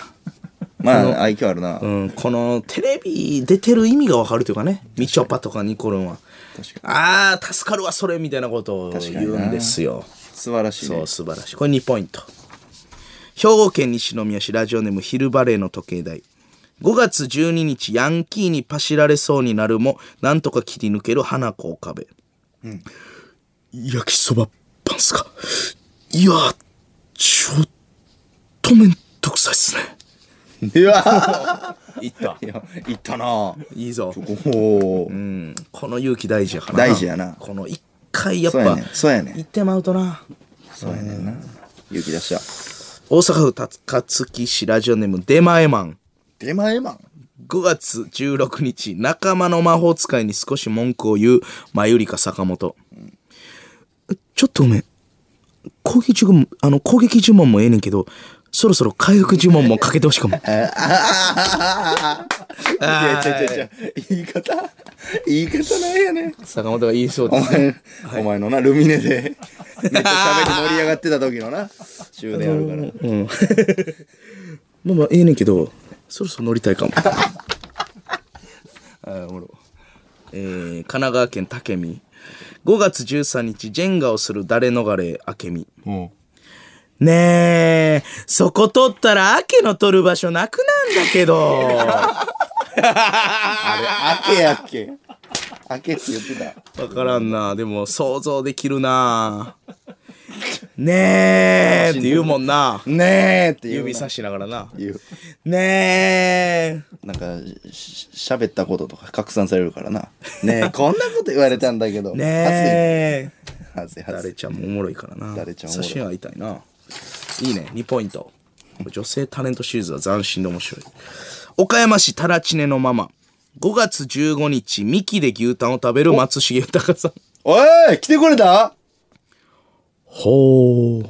まあ、愛嬌あるな。
うん、このテレビ出てる意味がわかるというかねみちょぱとかニコルンは
確
ああ助かるわそれみたいなことを言うんですよ
素晴らしい
そ
ね
う。素晴らしいこれ2ポイント兵庫県西宮市ラジオネーム昼バレーの時計台5月12日ヤンキーにパシられそうになるもなんとか切り抜ける花子岡部、焼きそばパンすかいやちょっとめんどくさいっすね
いや
いった
いや、いったない
いぞ
おお、
うんこの勇気大事やから
大事やな
この一回やっ
そうや
ぱ
ねんそうやねん
行ってまうとな
そうやねんな。勇気出した。
大阪府高槻市ラジオネーム出前マン
出前マン
5月16日仲間の魔法使いに少し文句を言うマユリカ坂本、ちょっとごめん攻撃呪文あの攻撃呪文もええねんけどそろそろ回復呪文もかけてほしいかも
いや、ちゃちゃちゃ、言い方、言い方ないやね。
坂本が言いそう
お
です
前、お前のな、ルミネ で、めっちゃ喋って盛り上がってた時のな、終電あるから。
まあまあええねんけどそろそろ乗りたいかも あーおもろえー、神奈川県武見5月13日ジェンガをする誰逃れ明美ねえ、そこ取ったら、アケの取る場所なくなんだけ ど。わ
あれ、開けやっけ。開けって言ってた。
からんな。でも、想像できるな。ねえって言うもんな。
ねえって言うな
指さしながらな。
言う。
ねえ。
なんか、しし喋ったこととか拡散されるからな。ね え、こんなこと言われたんだけど。
ねえ。
はずい。はずいはず
誰
い。
ちゃんもおもろいからな。
誰ちゃんおも
写
ろい
真会いたいな。いいね、2ポイント。女性タレントシリーズは斬新で面白い。岡山市タラチネのママ。5月15日、ミキで牛タンを食べる松重豊さん。
おい来てくれた
ほう。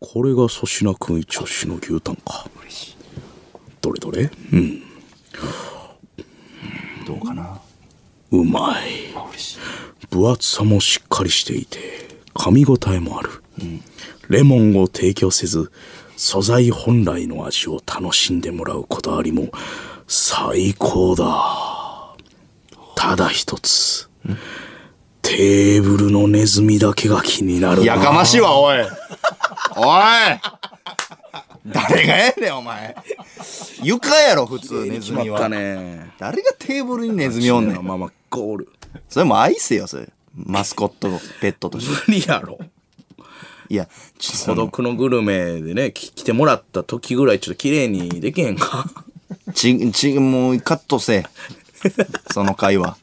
これが粗品くん一押しの牛タンか。どれどれうん。
どうかな
うまい。分厚さもしっかりしていて、噛み応えもある。レモンを提供せず、素材本来の味を楽しんでもらうこだわりも最高だ。ただ一つ。テーブルのネズミだけが気になるな。
やかましいわ、おい。おい誰がやねん、お前。床やろ、普通、ネズミは。
ね。
誰がテーブルにネズミおんねん。
ままゴール。
それも愛せよ、それ。マスコットのペットとして。
無理やろ。
いや、ちょ
孤独のグルメでね、き来てもらった時ぐらいちょっと綺麗にできへんか。
ち、ち、もうカットせえ。その会話。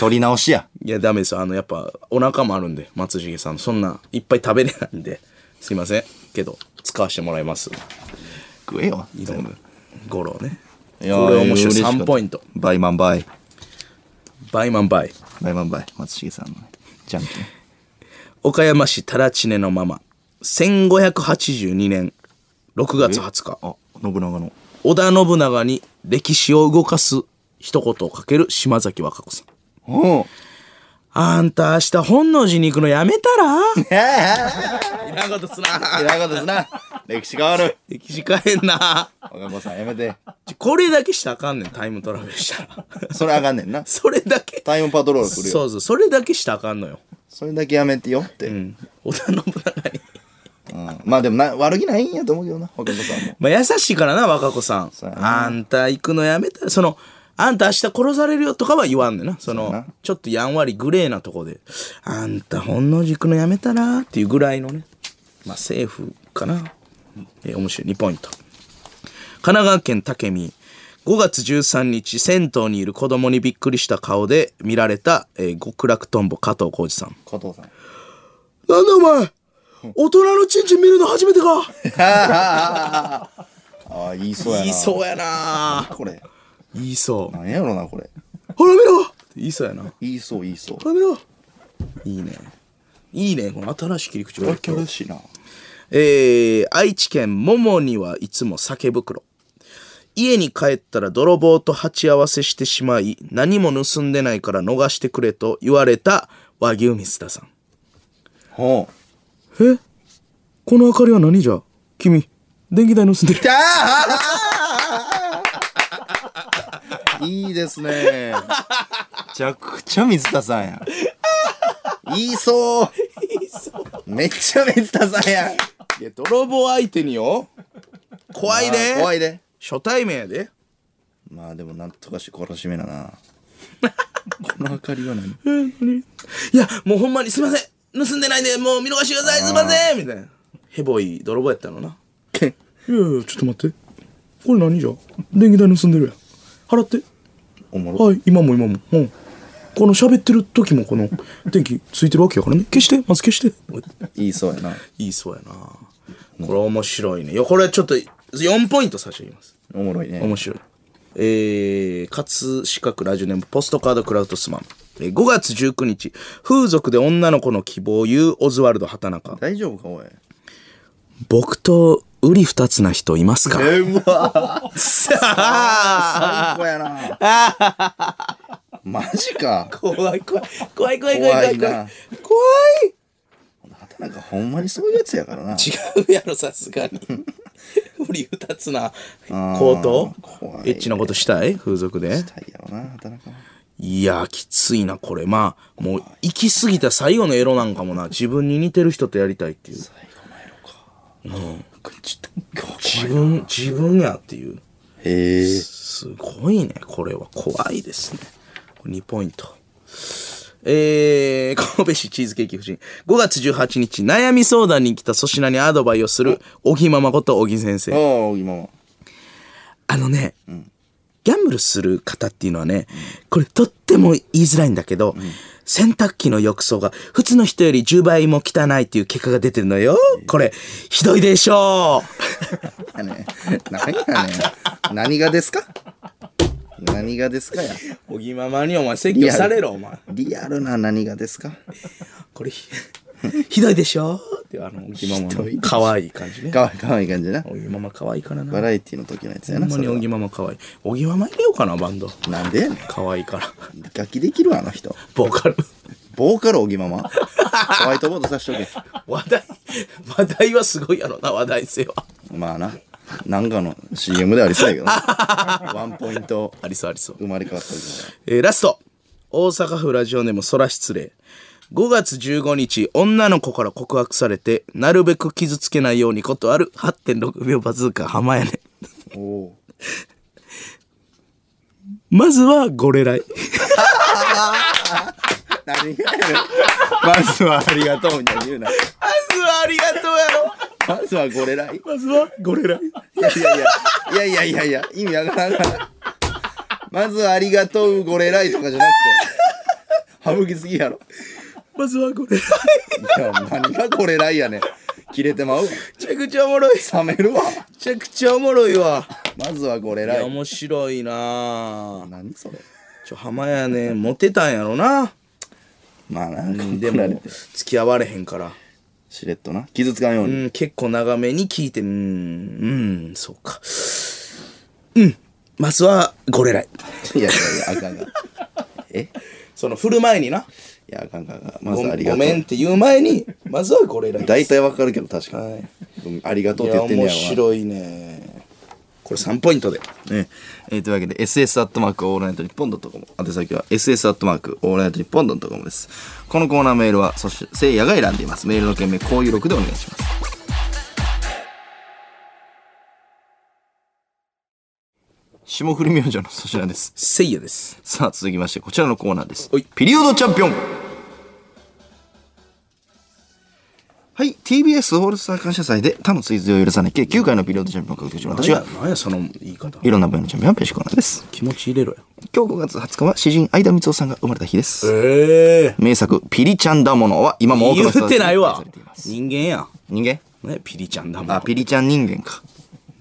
取り直しや。
いや、ダメです。あの、やっぱ、お腹もあるんで、松重さん。そんな、いっぱい食べれないんで、すいません。けど、使わせてもらいます。
食えよ、全部。
ゴロね。
い
これ面白い。3ポイント。。
バイマンバイ。
バイマンバイ。
バイマンバイ。松重さんのね。ジャンケン。
岡山市タラチネのママ。1582年6月20日。
あ、信長の。
織田信長に歴史を動かす一言をかける島崎和歌子さん。
うん。
あんた明日本能寺に行くのやめたら
え
いらんことすな
え。いらんことですな。歴史変わる。
歴史変えんな。
岡本さんやめて。
ちょこれだけしたらあかんねん、タイムトラベルしたら。
それあかんねんな。
それだけ。
タイムパトロール来るよ。
そうそう、それだけしたらあかんのよ。
それだけやめてよって。う。
うんん。織田信長に。
まあでもな、悪気ないんやと思うけどな、岡本さんも。
まあ、優しいからな、和歌子さん。
そうやな
あんた行くのやめたら、その、あんた明日殺されるよとかは言わんねんな。そ
そうや
の
な、
ちょっとやんわりグレーなとこで、あんた本能寺行くのやめたらっていうぐらいのね。まあ、政府かな。えー面白い。2ポイント。神奈川県武見5月13日銭湯にいる子供にびっくりした顔で見られた、えー極楽とんぼ加藤浩次さん
加藤さん。
なんだお前大人のチンチン見るの初めてか
ああ、言いそうやな。
言いそうやな
これ。
言いそう
なんやろな、これ。
ほら見ろって言いそうやな。ほ
言いそう言いそう。
ら見ろいいね。いいね、この新しい切り口俺今
新
日
しいな。
えー、愛知県桃にはいつも酒袋家に帰ったら泥棒と鉢合わせしてしまい何も盗んでないから逃してくれと言われた和牛水田さん
ほう。
えこの明かりは何じゃ君電気代盗んでる
いいですね。めちゃくちゃ水田さんや。言いそう。めっちゃ水田さんや。
いや泥棒相手によ怖いで
あー怖いで。
初対面やで
まあでもなんとかして殺しめなな。この明かりは何
いやもうほんまにすいません盗んでないんでもう見逃してくださいすいませんみたいなヘボい泥棒やったのな「いやいやちょっと待ってこれ何じゃ電気代盗んでるやん払って
おもろ。
はい今も今もうんこの喋ってる時もこの電気ついてるわけやからね消してまず消 して
言いそうやな。
いいそうやなこれ面白いねいやこれちょっと4ポイント差し上げます
おもろいね。
面白いえー、葛飾区ラジオネームポストカードクラウトスマンえー5月19日風俗で女の子の希望を言うオズワルド畑中
大丈夫かおい。
僕と売り二つな人いますか
えうわ。
さあ
最高やな。マジか。
怖い怖い怖い怖い怖い
怖
怖
い
い怖い
な
怖い
畑中ほんまにそういうやつやからな。
違うやろさすがに売り二つなコート
怖い
エッチなことしたい風俗で
大やろな、畑中。
いやきついなこれまあもう行き過ぎた最後のエロなんかもな自分に似てる人とやりたいっていう
最後のやろか。うん。ちょっと、今日
自分自分やっていう
へえ。
すごいねこれは怖いですね2ポイントえー、 神戸市チーズケーキ夫人5月18日悩み相談に来た粗品にアドバイスをする小木ママこと小木先生
おお、今は。
あのね、ギャンブルする方っていうのはね、これとっても言いづらいんだけど、洗濯機の浴槽が普通の人より10倍も汚いっていう結果が出てるのよ。これ、ひどいでしょ
やね。何やねん。何がですか何がですかや。
う。小木ママにお前説教されろ、お前。
リアルな何がですか
これひ、ひどいでしょっていうあの、小木ママ
ひどい
の
でしょ
可愛い感じね。
かわいい、かわいい感じな。
小木ママ可愛いから
バ
な。
ラエティの時のやつや
ほ
な。
んまに小木ママ可愛い。小木ママ入れようかな、バンド。
それはなんでやねん。
可愛いから。
楽器できるあの人。
ボーカル。
ボーカルおぎまま。 ホワイトボードさしとけ。
話題、話題はすごいやろな、話題性は。
まあな。なんかの CM でありそうやけどな。ワンポイント
ありそうありそう。
生まれ変わった時の。
えーラスト大阪府ラジオネーム空失礼5月15日女の子から告白されてなるべく傷つけないようにことある8.6秒バズーカ浜やね
おお
まずはゴレライ
何がやるまずはありがとうみたいに言うな
まずはありがとうやろ
まずはゴレライ
まずはゴレライ
いやいやいやいやいやいやいや意味わからんからまずはありがとうゴレライとかじゃなくて省きすぎやろ
まずはゴレライ
いや何がゴレライやねん切れてまう
めちゃくちゃおもろいめ
冷めるわ
ちゃくちゃおもろいわ
まずはゴレ
い
ラ
や
イ
面白いなぁ
何それ
ちょ浜やねんモテたんやろな
まあなんか
でも付き合われへんから
しれっとな傷つかんよう
う
に
ん、結構長めに聞いて、うん、うん、そうか。うん、まずはゴレライ。
いやいやいやあかんがえ
その振る前にな、
いやあかんがま
ご
ずあ
め
り
ん
が
ご
と
めん
う
って言う前に、まずはゴレライ。
大体わかるけど確か
は
に
い
うんありがと
いう
って
や、
言ってんね
面
やわ
白いね。これ3ポイントで。
ねえーというわけで SS アットマークオールナイトニッポンドットコム宛先は SS アットマークオールナイトニッポンドットコムですこのコーナーメールはそしてせいやが選んでいますメールの件名こういう6でお願いします霜降り明星の粗品です
せいやです。
さあ続きましてこちらのコーナーです
はい
ピリオドチャンピオンはい TBS ホールスター感謝祭で他の追随を許さない計9回のピリオドチャンピオンを獲得しました私
何や
は、
何やその言い方。
いろんな分野のチャンピオンペシコーナーです
気持ち入れろよ。
今日5月20日は詩人相田光夫さんが生まれた日です。
ええ
名作「ピリちゃんだもの」は今も多くの人
言
た
っ
ち
て
に
ない
愛
わ
されていま。す
人間や。
人間
ね、ピリちゃんだもん。
あピリちゃん人間か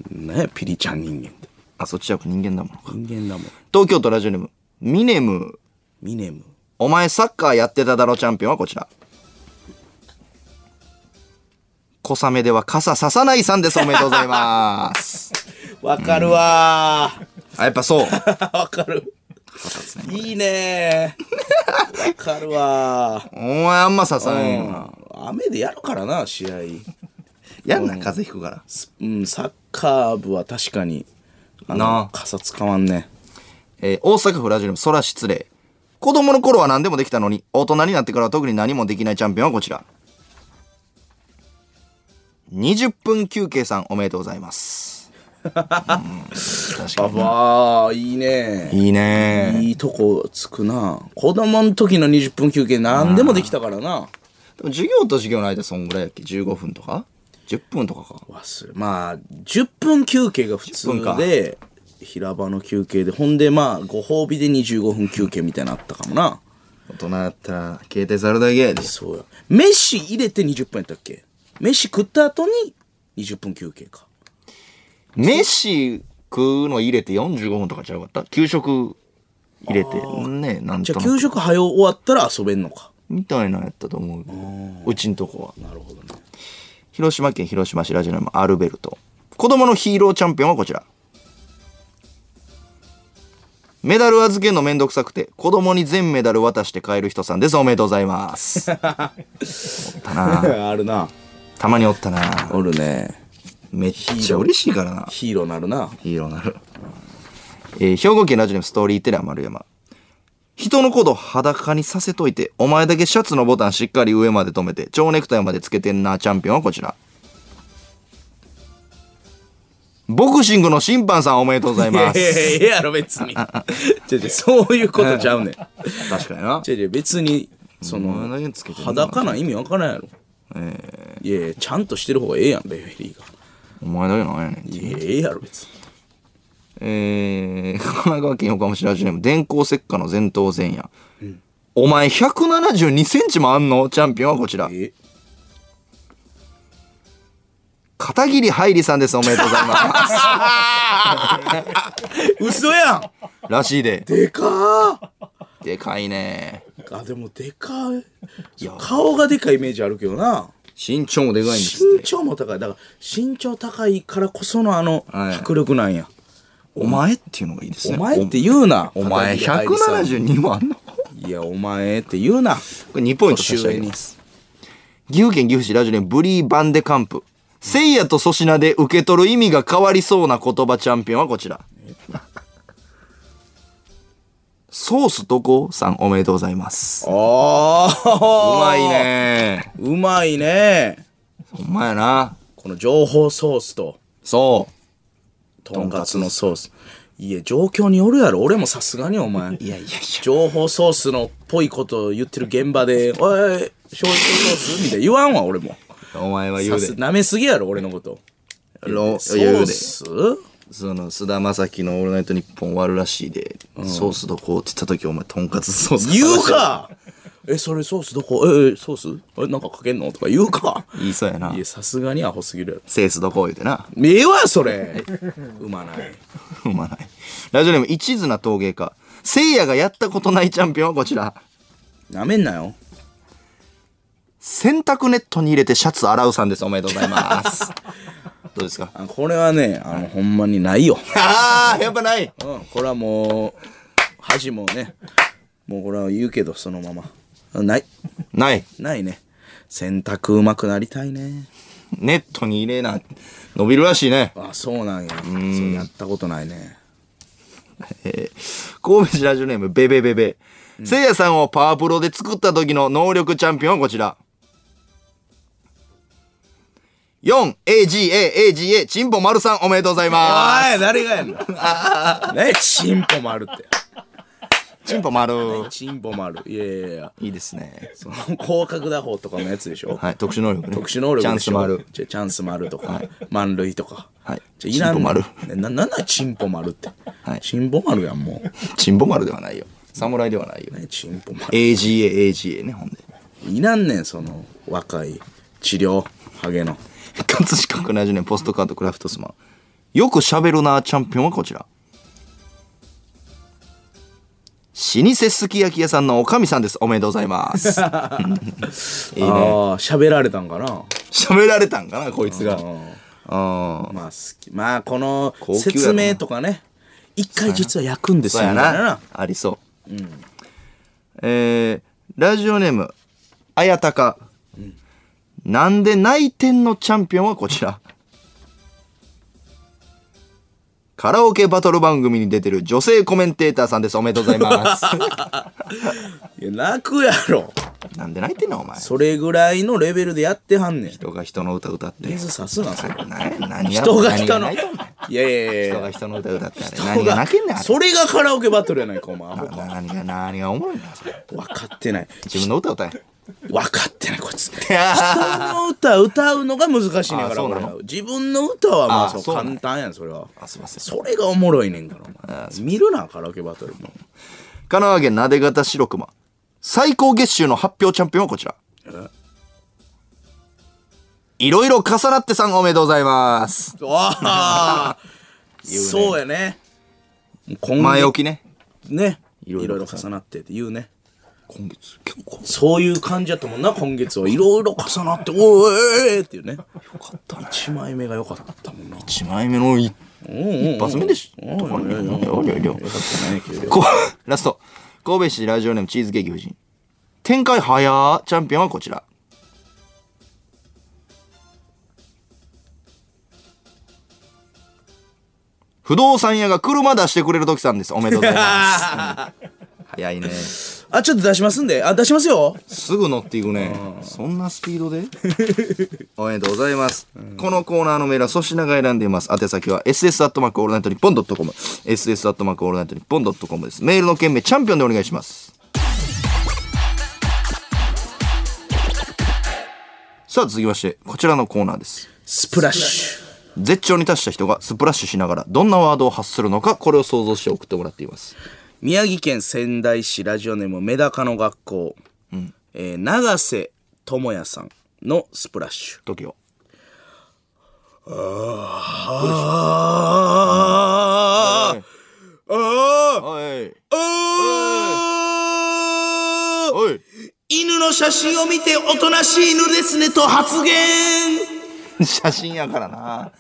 ね、ピリちゃん人間って。
あそっちは人間だものか
人間だもん。
東京都ラジオネームミネム、
ミネム。
お前サッカーやってただろチャンピオンはこちら。小雨では傘ささないさんです。おめでとうござい ます。
わかるわ
あ、やっぱそう。
ー。わかる。いいねー。わかるわ
お前あんまささないよな。
ー。雨でやるからな、試合。
やんな、風邪ひくから。
うん、サッカー部は確かに、あ
なあ
の、傘使わんね。
えー大阪府ラジオネーム、空失礼。子供の頃は何でもできたのに、大人になってからは特に何もできないチャンピオンはこちら。20分休憩さん、おめでとうござい ます。うん、確か
あばー、いいね
に。いいね
いいとこつくな子供の時の20分休憩何でもできたからな
でも授業と授業の間そんぐらいやっけ ?15 分とか ?10 分とかか。
忘れまあ10分休憩が普
10分か
通で平場の休憩でほんでまあご褒美で25分休憩みたいなのあったかもな
大人だったら、携帯されるだけやで。
そうや飯入れて20分やったっけ飯食った後に20分休憩か
飯食うの入れて45分とかちゃうかった給食入れて。ねなん
じ
と
ゃ
な
あ
く
給食早う終わったら遊べん のか
みたいなのやったと思うけどうちんとこは
なるほどね
広島県広島市ラジオネームアルベルト子供のヒーローチャンピオンはこちらメダル預けんのめんどくさくて子供に全メダル渡して帰る人さんですおめでとうございますおったな
あるな
たまにおったな
おるね
めっちゃ嬉しいからな
ヒーローなるな
ヒーローなる、えー兵庫県ラジオネームストーリーテラー丸山人のこと裸にさせといてお前だけシャツのボタンしっかり上まで止めて蝶ネクタイまでつけてんなチャンピオンはこちらボクシングの審判さんおめでとうござい
い や
ま
いや
す
いややろ別 に違う違うそういうことちゃうねん
確かにな
違う違う別にそ
お前
の
だけつけてんな
裸な意味わからんやろいやいやちゃんとしてる方がええやんレフェリーが
お前だけなんやねん
いやええやろ別に
えー、神奈川県横浜市ラジオネーム電光石火の前頭前夜、お前172センチもあんのチャンピオンはこちら
え
片桐はいりさんです。おめでとうございます。
嘘やん
らしいで。
でか
でかいね。
ーあでもでかい顔がでかいイメージあるけどな
身長もでかいんですっ
身
て。
長も高いだから身長高いからこそのあの
はい
迫力なんや、
お前っていうのがいいですね。
お前って言うな
おお前
片桐愛理さ
172もあんのこ
んいやお前って言うな
れ2ポイント差し上げます。岐阜県岐阜市ラジオネームブリー・バンデカンプ。せいやと粗品で受け取る意味が変わりそうな言葉チャンピオンはこちら。ソースどこさんおめでとうございます。
あ
う
ー
まいね。
うまいね
ほんまやな。
この情報ソースと
そう。
とんかつのソースいや状況によるやろ俺もさすがにお
い
前
やいやいや
情報ソースのっぽいことを言ってる現場で「おいおい醤油ソース?」みたいな言わんわ俺も
お前は言
さ。
うです
舐めすぎやろ俺のこと
ロ
ソ
言
ー
うで
ス
その菅田将暉の「オールナイトニッポン」終わるらしいで、ソースどこって言った時お前とんかつソース
言うかえそれソースどこええソースえなんかかけんのとか言うか
言いそうやない
やさすがにアホすぎるやろ
セースどこ言うてな
ええわそれ うまないう
まないラジオネーム一途な陶芸家せいやがやったことないチャンピオンはこちら
なめんなよ
洗濯ネットに入れてシャツ洗うさんですおめでとうございます どうですか
あこれはねあのほんまにないよ
あーやっぱない
うん、これはもう恥もねもうこれは言うけどそのままない
ない
ないね洗濯うまくなりたいね
ネットに入れな伸びるらしいね
あそうなんやそうやったことないね
えー神戸市ラジオネームベベベベ、せいやさんをパワープロで作った時の能力チャンピオンはこちら 4AGAAGA チンポ丸さんおめでとうございます
おい誰がやんの ねチンポもあるって
チンポ丸
チンポもあるいやいやいや
いいですね
その広角打法とかのやつでしょ、
はい特殊能力ね
特殊能力でし
チャンス
ょ
丸
じゃチャンス丸とか、満塁とか
はい
じゃいらん
チンポ丸
ねななんなんチンポ丸って、
はい
チンポ丸やんも
チンポ丸ではないよ侍ではないよ
う、ね、チンポ丸
AGAAGA ねほんで
いらんねんその若い治療ハゲの
葛飾区ラジオネームポストカードクラフトスマンよく喋るなチャンピオンはこちら老舗すき焼き屋さんのおかみさんです。おめでとうございます。いい
あ
ね。
あ喋られたんかな
喋られたんかな、こいつが。うん。
まあ好きまあこの
高級やろな
説明とかね一回実は焼くんです
そ
よ
うや
みたい
な
な。
ありそう。えーラジオネーム、あやたか。なんで内転のチャンピオンはこちら。カラオケバトル番組に出てる女性コメンテーターさんです。おめでとうございます。
いや泣くやろ
なんで泣いてんのお前。
それぐらいのレベルでやってはんねん
人が人の歌歌って。
水さすなそれ
な何や
人が人
何泣い
のい
てんの
やいやい
人
や
が人の歌歌ってあれ。何が泣けんねんあれ
それがカラオケバトルやないかお前アホか
な何が、何がおもろいな、それ。
分かってない
自分の歌歌え。
分かってないこいつ人の歌歌うのが難しいねんか
あ
ら
そうな
俺
の
ら自分の歌はまあ
あ
そう
そうなん
簡単やんそれは
あ、すいません。
それがおもろいねんからお前見るなカラオケバトルも
神奈川県なでがた白熊最高月収の発表チャンピオンはこちらいろいろ重なってさんおめでとうございます
ああ、 そうやね。今
前
月
置きね
ね、い
い
ろ
ろ
い
いろ
ろ重なってって言うね。
今月結構
そういう感じやったもんな、今月は。いろいろ 重なって、おーえーっていうね。
良かったね
1枚目が良かったもんな。
1枚目の一
一
発目でしょとかねいやいやいやこう ラスト神戸市ラジオネームチーズケーキ夫人展開早ーチャンピオンはこちら不動産屋が車出してくれる時さんですおめでとうござい ます、うん早いねす
あ、ちょっと出しますんで。あ、出しますよ。
ぐ乗っていくねそんなスピードで おめでとうございます、このコーナーのメールは粗品が選んでいます宛先は SS アットマークオールナイトニッポンドットコム SS アットマークオールナイトニッポンドットコムですメールの件名チャンピオンでお願いしますさあ続きましてこちらのコーナーです
スプラッシュ。
絶頂に達した人がスプラッシュしながらどんなワードを発するのかこれを想像して送ってもらっています
宮城県仙台市ラジオネームメダカの学校。えー永瀬智也さんのスプラッシュ。
時を
あーあー
おい
あー
おい
犬の写真を見ておとなしい犬ですねと発言
写真やからな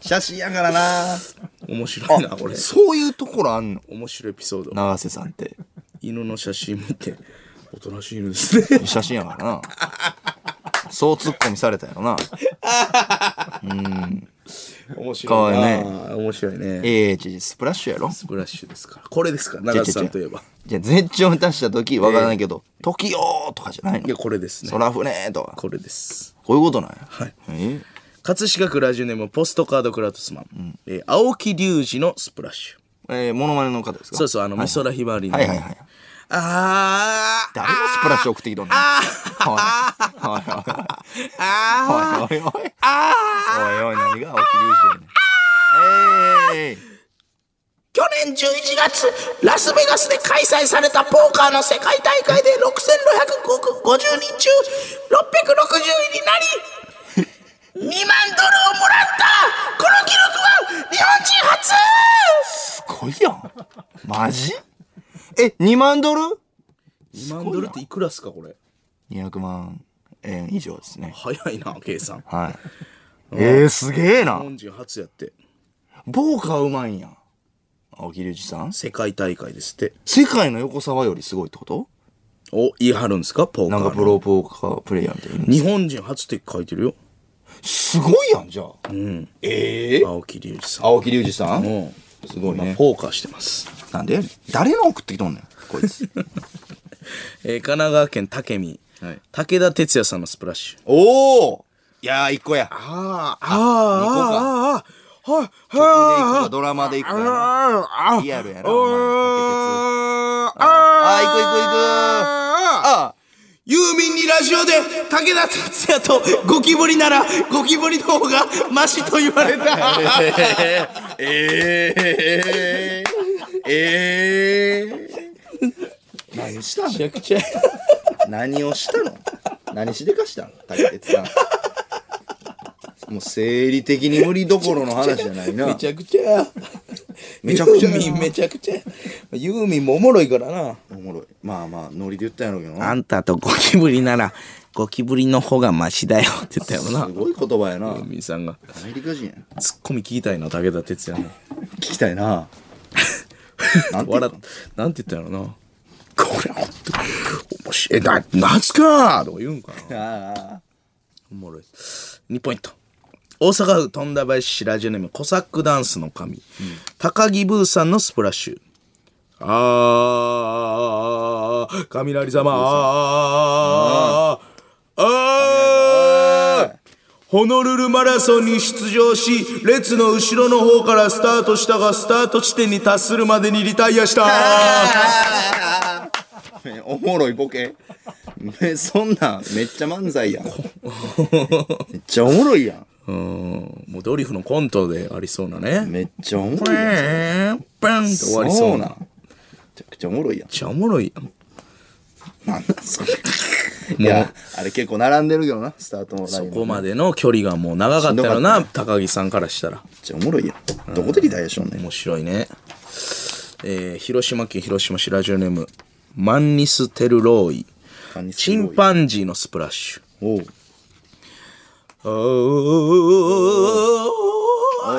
写真やからな
面白いなこれ
そういうところあんの
面白いエピソード
永瀬さんって
犬の写真見ておとなしい犬ですね
写真やからなそうツッコミされたやろな
面白
かわいいね
あー面白いね
ええ違う違うスプラッシュやろ
スプラッシュですからこれですから長瀬さんといえば
じゃあ絶頂に達した時わからないけど「時よ」とかじゃない
いや
の
これです
「
ね
空船」とか
これです
こういうことなんやえ
葛飾区ラジオネームポストカードクラウトスマン、えー青木隆二のスプラッシュ
えーモノマネの方ですか
そうそうあの美空ひばりの、
はいはいはい
あー
誰がスプラッシュ送ってきとんねん。おい
あ
お
ー
いおいおいおいおいおい何が起きるしねん。えい
去年11月、ラスベガスで開催されたポーカーの世界大会で6650人中660位になり、2万ドルをもらったこの記録は日本
すご
人初
いやん。マジえ、2万ドル
!2 万ドルっていくらっすかこれ。
?200 万円以上ですね。
早いな、計算。日
はい。えー、すげえな。
本人初やって、
ボーカーうまいんや。青木隆二さん
世界大会ですって。
世界の横沢よりすごいってこと
お、言い張るんですかポーカ
なんか
ー
プ
の。
ロボーカープレイヤーみたいな。
日本人初って書いてるよ。
すごいやん、じゃあ。うん。ええ
青木隆二さん。
青木隆二さん
も
すごいね
う、。ポーカーしてます。
なんで誰の送ってきとんねんこい つ
えー神奈川県武見、
はい
武田鉄矢さんのスプラッシュ。
おおいやー一個や
ああ、ああ、ああ、はい、
曲で行くかドラマで行くかやな
あ
リアルやなお前竹鉄あー行く行く行くあ
ユーミンにラジオで武田鉄矢とゴキブリならゴキブリの方がマシと言わ れた。
ええええ何したの
ちゃくちゃ。
何をしたの何しでかしたの竹鉄さんもう生理的に無理どころの話じゃないな
めちゃくちゃ。
めちゃくちゃやな
ユーミンめちゃくちゃ。
ユーミンもおもろいからな。
おもろいまあまあノリで言ったんやろうけどな
あんたとゴキブリなら、ゴキブリの方がマシだよって言ったよな。
すごい言葉やな
ユーミンさんが。
アメリカ人や
ツッコミ聞きたいな、武田鉄矢の。
聞きたいななんて言った
笑っ、なんて言ったんやろな。これほんと、面白い。え、な、夏かとか言うんかな。
ああ
おもろい。2ポイント。大阪府富田林市ラジオネームコサックダンスの神、高木ブーさんのスプラッシュあー雷様あーあーホノルルマラソンに出場し列の後ろの方からスタートしたがスタート地点に達するまでにリタイア した
ねおもろいボケ。ねそんなん、めっちゃ漫才やん。めっちゃおもろいや
うーんもうドリフのコントでありそうなね
ん。めっちゃおもろいやん。
バンバンって終わりそう
な。
なん
めちゃくちゃおもろいやん
めっ。ちゃおもろいやん。
なんだそれ。いや、あれ結構並んでるけどな、スタートのライン
そ
も。
こまでの距離がもう長かったよな、高木さんからしたら。
めっちゃおもろいやん。どこでリタイアしようねん。
面白いね。えー広島県広島市ラジオネーム、マンニス・テルローイ。チン
ン。
パンジーのスプラッシュ。
おう。
おー
おうおう、チ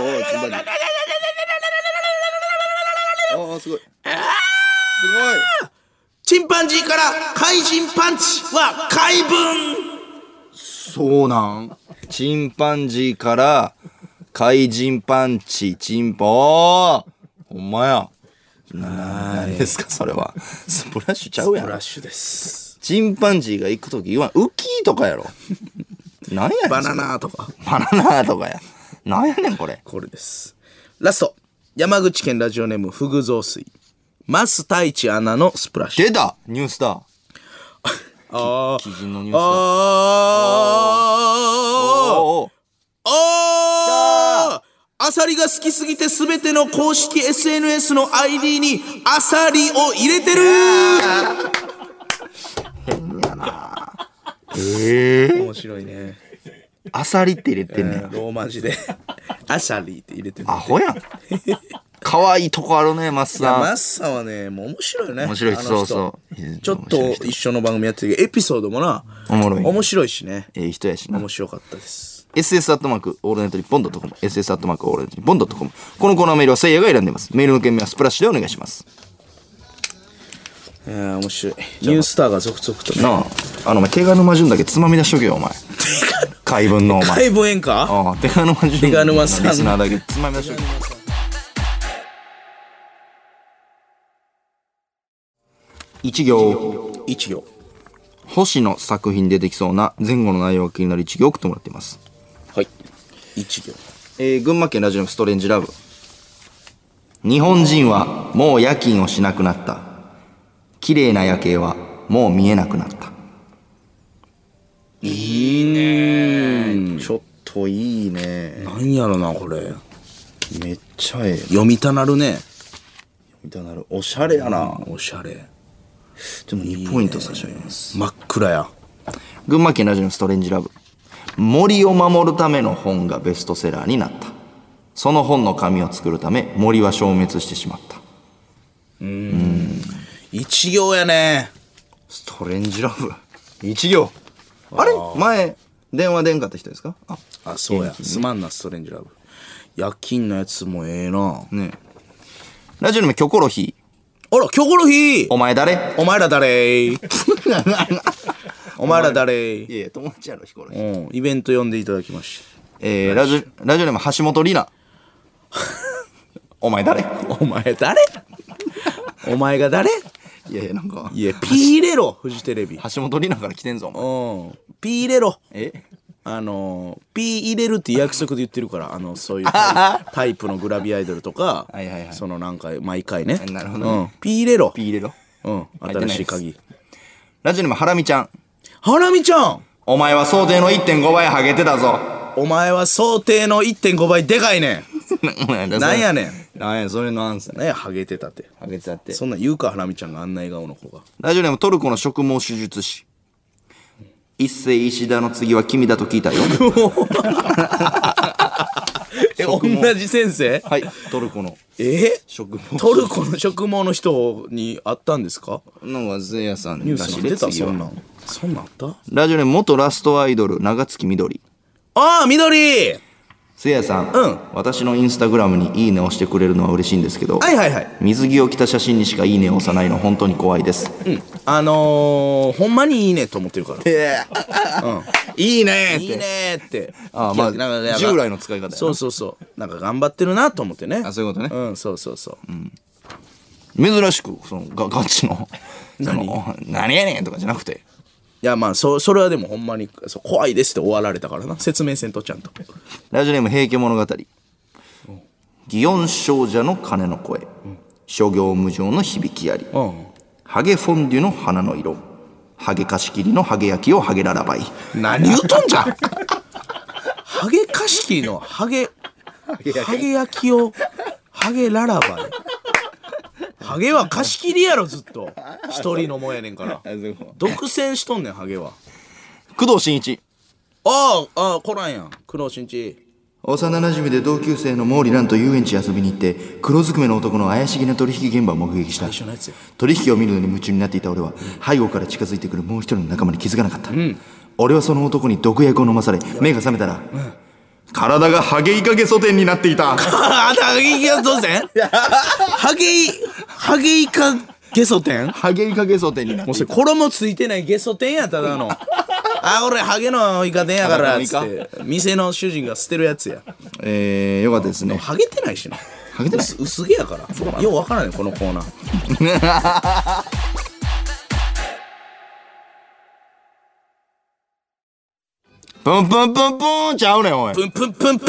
ンパンジー。おーすごい。すご い。
チンパンジーから怪人パンチは怪文
そうなんチンパンジーから、怪人パンチ、チンポほんまや。な何ですか、それは。スプラッシュちゃうや
スプラ
ん
ッ。シュです。
チンパンジーが行くとき言わん。ウッキーとかやろ。なんやねん。
バナ。ナとか。
バナナとかや。なんやねん、これ。
これです。ラスト。山口県ラジオネーム、フグ増水。マス太一アナのスプラッシュ。
出たニュースだ。
あ
基
ー
人のニュースだ。
あー
おー
あーアサリが好きすぎてすべての公式 SNS の ID にアサリを入れてる
ええ
面白いね。
アサリって入れてんねん。
ローマ字で。アサリって入れてる。
アホやん。可愛いとこあるね、マッ
いやマ
サン。
ッサンはね、もう面白いよね。
面白い人
あの
そ
人
うそう
ちょっと一緒の番組やってるけど、エピソードもな、
おもろい
面白いしね。
ええ人やしな
面。白かったです。
ss アットマークオールナイトニッポンドットコム ss アットマークオールナイトニッポンドットコムこのコーナーメールはせいやが選んでますメールの件名はスプラッシュでお願いします
えー、面白い。ニュースターが続々とね。
なああのお前手賀沼潤だけつまみ出しとけよお前怪文のお前
解剖演歌
ああ手賀沼潤
手賀沼さん
リスナーだけつまみ出しとけよ一行
一行。
星の作品でできそうな前後の内容が気になる一行を送ってもらっています
はい。一行。
えー群馬県ラジオのストレンジラブ日本人はもう夜勤をしなくなった綺麗な夜景はもう見えなくなったいいねちょっといいね
なんやろな、これ。
めっちゃええ
読みたなるね。
みたいなるおしゃれやな
おしゃれ。
でも2ポイント差し上げます
真っ暗や。
群馬県ラジオのストレンジラブ森を守るための本がベストセラーになったその本の紙を作るため森は消滅してしまった
一行やね。
ストレンジラブ。一行。あれ前、電話出んかった人ですかあ、
あ、そうや。すまんな、ストレンジラブ。夜勤のやつもええな。
ねえラジオネーム、キョコロヒー。
あら、今日この日
お前誰い
お前 ら誰お前ら誰
やいや、友達やろ、ヒコロヒー。
うん、イベント呼んでいただきまし
えー、ラジオ、ラジオネーム、橋本里 奈。お前誰い
た。お前 誰お前が誰
やいや、なんか、
いや、ピー入れろ、フジテレビ。うん。
橋本里奈から来てんぞ、お前。
ピー入れろ。
え
あのピー入れるって約束で言ってるからあ のそういうタイタイプのグラビアアイドルとか
はいはいはい
そのなんか毎回ね
なるほどね
うん、ピー入れろ
ピー入れろ。
うん、
入ってない
新
です
しい鍵
ラジオネーム、ハラミちゃん。
ハラミちゃん
お前は想定の1.5倍ハゲてたぞ。
お前は想定の1.5倍でかいねなんやねん
なんやねん、それのアンサー
ん
ね。
何やハゲてたって
ハゲてたって。
そんなん言うかハラミちゃんがあんな笑顔の子 が
ラジオネームトルコの植毛手術師。 一世石田の次は君だと聞いたよ。
え、
食毛
同じ先生
はい、トルコの
え
食毛。
トルコの植毛の人に会ったんですか
のはゼヤさん
ニュ
に
ース
し
に
て
出た
次
そ
は
んなん。そんなんあった
ラジオネーム元ラストアイドル長月みどり
ああ、緑はい
せいやさん、
うん
私のインスタグラムに「いいね」をしてくれるのは嬉しいんですけど、
はいはい。
水着を着た写真にしか「いいね」を押さないの本当に怖いです、
うん。あのー、ほんまにいいねと思ってるから。
いいね
いいねーって。
ああまあ
いやなんか
従来の使い方やな
そうそうそう。なんか頑張ってるなと思ってね。
あそういうことね
うん、そうそうそう。
珍しくそのガガチの
何
その何やねんとかじゃなくて
いやまあそそれはでもほんまにそう怖いですって終わられたからな説明せんとちゃんと
ラジオネーム「平家物語」「祇園少女の鐘の声」諸行無常の響きあり」ハゲフォンデュの花の色」「ハゲ貸し切りのハゲ焼きをハゲララバイ」
何言うとんじゃんハゲカシキのハゲハゲ焼きをハゲララバイハゲは貸し切りやろずっと一人のもんやねんから独占しとんねんハゲは
工藤新一
ああああ来らんやん工藤新一
幼馴染で同級生の毛利蘭と遊園地遊びに行って黒ずくめの男の怪しげな取引現場を目撃した
一緒のやつ や
取引を見るのに夢中になっていた俺は背後から近づいてくるもう一人の仲間に気づかなかった、俺はその男に毒薬を飲まされ目が覚めたら、体がハゲイカゲソテンになっていた
ああハゲイカどうせんハゲイハゲイカゲソ天
ハゲイカゲソテンになって
も
いうた
それ衣ついてないゲソ天やただのあ俺ハゲのイカ天やからっつ
ハ
っ
ゲの
て店の主人が捨てるやつや
えー、よかったですね
ハゲてないしな
ハゲてない
薄薄毛やからようわからないこのコーナー
プンプンプンプーンちゃうねんおい
プンプンプンプー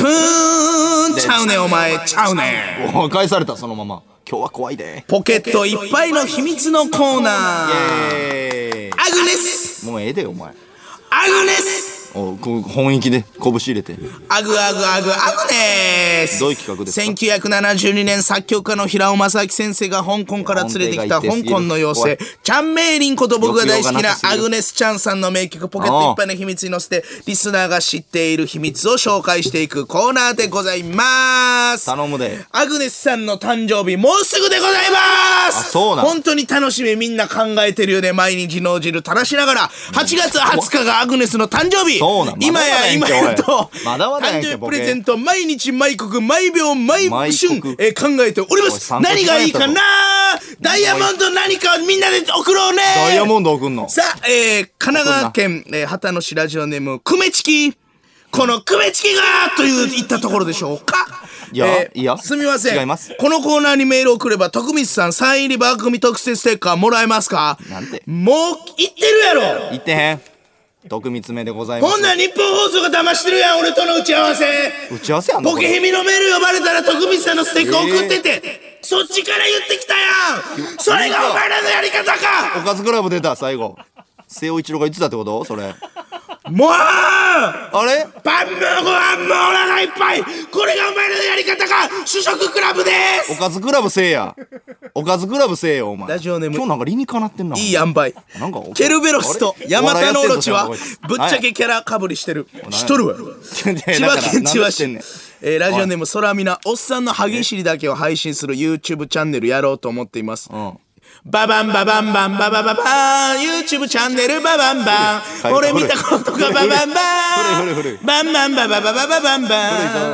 ンちゃうねんお前ちゃうねん
おい返されたそのまま今日は怖いで
ポケットいっぱいの秘密のコーナー
え
アグネス
ー、もうええでお前
アグネス
おこ本意気で拳入れて
アグアグアグアグネス
どういう企画ですか
1972年作曲家の平尾正明先生が香港から連れてき
音程が
た
一定す
香
ぎる
港の
怖
妖
い
精チャンメイリンこと僕が大好
抑揚
きな
がなさすぎ
ア
る
グネス・チャンさんの名曲「ポケットいっぱいの秘密」に載せてリスナーが知っている秘密を紹介していくコーナーでございます
頼むで
アグネスさんの誕生日もうすぐでございます
あそうなの
本当に楽しみみんな考えてるよね毎日脳汁垂らしながら8月20日がアグネスの誕生日
そうなの
今や
ま
今
だやねん
や
け
と
おいまだまだやね
誕
んけ
生日
ボ
プ
ケ
レゼント毎日毎刻毎秒毎
毎
瞬
刻
えー考えておりま
おい
す
参考
何がいいか
に
な
な
ダイヤモンド何かみんなで送ろうね
ダイヤモンド送んの
さあ、えー、神奈川県、えー、旗野市ラジオネーム、くめちき。このくめちきがという言ったところでしょうか
いや
えー
いや
すみません。
違います
このコーナーにメールを送れば、徳光さんサイン入り番組特製ステッカーもらえますか
なんて
もう、言ってるやろ
言ってへん徳光めでございます
こんなん日本放送が騙してるやん、俺との打ち合わせ。
打ち合わせやんの
ボケヘミのメール呼ばれたら徳光さんのステッカー送ってて、そっちから言ってきたやんそれがお前らのやり方か
おかずクラブ出た最後瀬尾一郎が言ってたってことそれ
もう
あれ
パンもご飯もお腹いっぱいこれがお前らのやり方か主食クラブで
お
す
かずクラブせえやおかずクラブせえよお前
ラジオネーム
今日なんか理にかなってんない
い塩梅
なんか
ケルベロスとヤマタノオロチは
お
ぶっ
笑いやってんぞ
ちゃけキャラかぶりしてるしとるわ千
いやだか
葉
ら
県千葉
なん
市
でし
えーラジオネーム空みなおっさんのハゲしりだけを配信する YouTube チャンネルやろうと思っています
ん
ババンババンバンババババーン YouTube チャンネルババンバン
古い
俺見たことがババンバ
古い古い古
ー
い
ンバンバンババババババンバ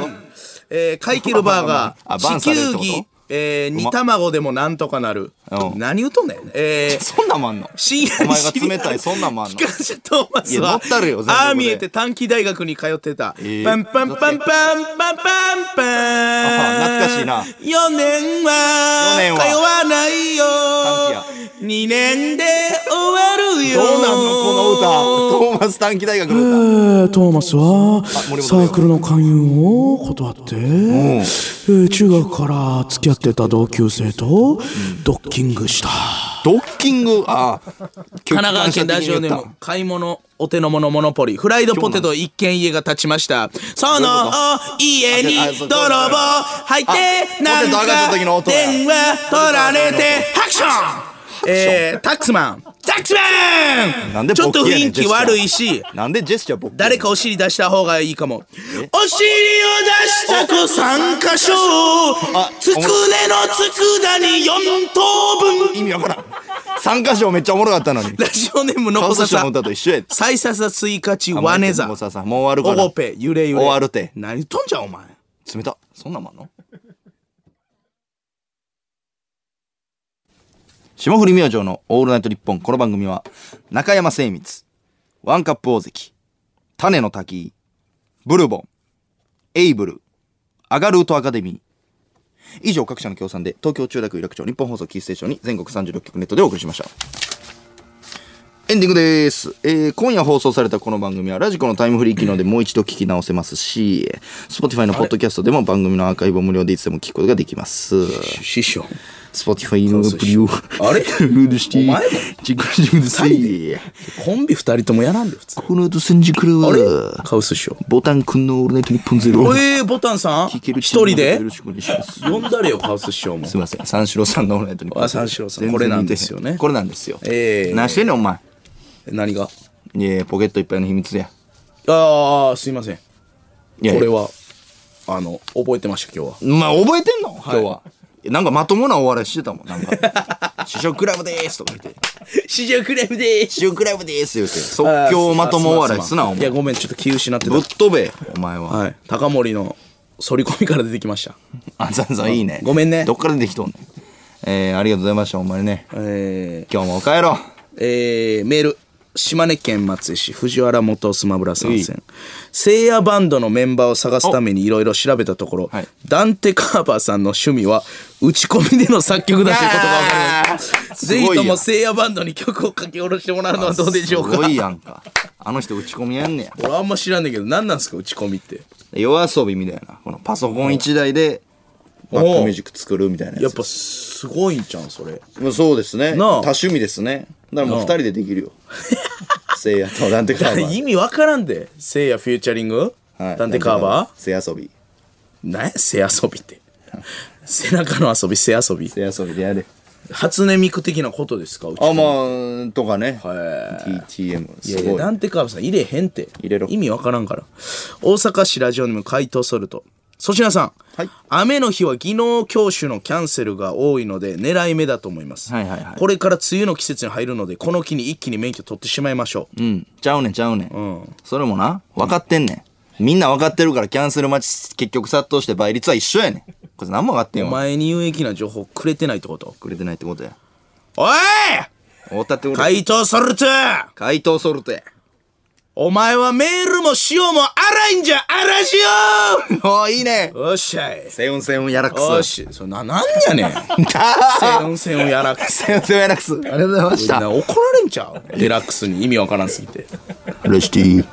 ンえー、カイキルバーガ
あ
ー
バンされるってこ
地球
と
儀えー、
ま
煮卵でもなんとかなる
うん
何言うとんねんえー
そんなんもあんの
深夜
お
に
前
知
が
り合
冷たいそんなんもあんの
機関車トーマス
いや乗
は
っかるよ全部で
ああ見えて短期大学に通ってた、
ええ
パンパンパンパンパンパンパン
あ懐かしいな
4年
四
は
年は
通わないよ
短
2年で終わるよ
どうなんのこの歌トーマス短期大学の歌
えートーマスは
森
サ
本
ークルの勧誘を断って、えー中学から付き合ってた同級生とドッキングした。
ドッキングああ
神奈川県ラジオネーム買い物お手の物モノポリフライドポテト一軒家が建ちましたその家に
あそう
泥棒入って
あ
なん
ポテト上がった時の
か
音や
電話取られてハクションえー、タックスマンタックスマン
なんで
ちょっと
ボケやね
雰
ん
囲気悪いし、
なんでジェスチャー僕
誰かお尻出した方がいいかも。お尻を出した子3箇所
あ
つくねの佃に4等分
意味わからん三箇所めっちゃおもろかったの に
ラジオネームの
顔
こ
差
さ
しの
さ
歌。と一緒やで
サイササスイカチワネザ
もう。ささもう終わ
オ
るか
ゴ
ら
ペ、ゆれゆれ。
終わるて
何言っとんじゃん、お前。
冷たそんなんもんの霜降り明星の「オールナイトニッポン」この番組は中山精密ワンカップ大関種の滝ブルボンエイブルアガルートアカデミー以上各社の協賛で東京中楽有楽町日本放送キーステーションに全国36局ネットでお送りしましたエンディングです、えー今夜放送されたこの番組はラジコのタイムフリー機能でもう一度聞き直せますし Spotify のポッドキャストでも番組のアーカイブを無料でいつでも聞くことができます
師匠。
Spotify のアプリを
あ れ
フルして
お前も
チェックしてください
コンビ2人ともやらんで、普通。
この後3時からは
カウス師匠。
ボタンくんの「オールナイトニッポンゼロ
えー、ボタンさん一
人
人で
よろしくお願いします
呼んだれよ、カウス師匠も
す。いません三四郎さんの「オールナイトニッポンゼロ
あ三四郎さん
全然
これなんですよね
似てへんこれなんですよ
ええ
何してんねんお前
何が
いやいやポケットいっぱいの秘密や
ああ、すいません。
いやいや
これは、あの、覚えてました、今日は。
まあ覚えてんの今日は、なんかまともなお笑いしてたもんなんか「 師匠クラブでーす」とか言って
市場クレーム
「
でー
師匠クラブでーす」言うて即興まともお笑いすなお
い
前
や、ごめん、ちょっと気失ってた
ぶっ。飛べお前は、
はい。高森の反り込みから出てきました。
あざんざんいいね
ごめんね
どっから出てきとんねんえー、ありがとうございましたほんまにね
え
今日も帰ろう
ー、えー、メール。島根県松江市藤原元スマブラ参戦聖夜バンドのメンバーを探すためにいろいろ調べたところ、
はい
ダンテ・カーバーさんの趣味は打ち込みでの作曲だということが分かりました ぜ
す
ひ
ごいや
と
ん
も聖夜バンドに曲を書き下ろしてもらうのはどうでしょう
す
か
ごいやんかあの人打ち込みやんねや
俺あんま知らんねんけど何なんすか打ち込みって
夜遊びみたいなこのパソコン一台でバックミュージック作るみたいな
や
や
っ
つ
ぱすごいんじゃんそれ
もうそうですね
なあ
多趣味ですねだからもう二人でできる よせいやとダンテカーバー
意味わからんで聖夜フューチャリング、
はい
ダンテカーバ
背遊び
ー何や背遊びって背中の遊び背遊び
背遊びでやれ
初音ミク的なことですかうち
あまあとかね
へ
TTM
い
す
やいや
ごい
ダンテカーブさん入れへんて
入れろ
意味わからんから大阪市ラジオネーム回答ソルト粗品さん、
はい
雨の日は技能教習のキャンセルが多いので狙い目だと思います、
はいはいはい
これから梅雨の季節に入るのでこの木に一気に免許取ってしまいましょう、
うんちゃうねんちゃうね
ん
んそれもな分かってんねんみんな分かってるからキャンセル待ち結局殺到して倍率は一緒やねんこれ何も分かってん
お
よ
前に有益な情報くれてないってこと
くれてないってことや
おい
おったってこと
回答ソルト
怪盗ソルトや
お前はメールも塩も荒いんじゃ荒しよ
おーいいね
おっしゃい
セウンセウンやらくす
おっしそれななんやねんセ ウンセウンやらくす
セウンセウン やらくすありがとうございまし
な怒られんちゃうデラックスに意味わからんすぎて
レシティ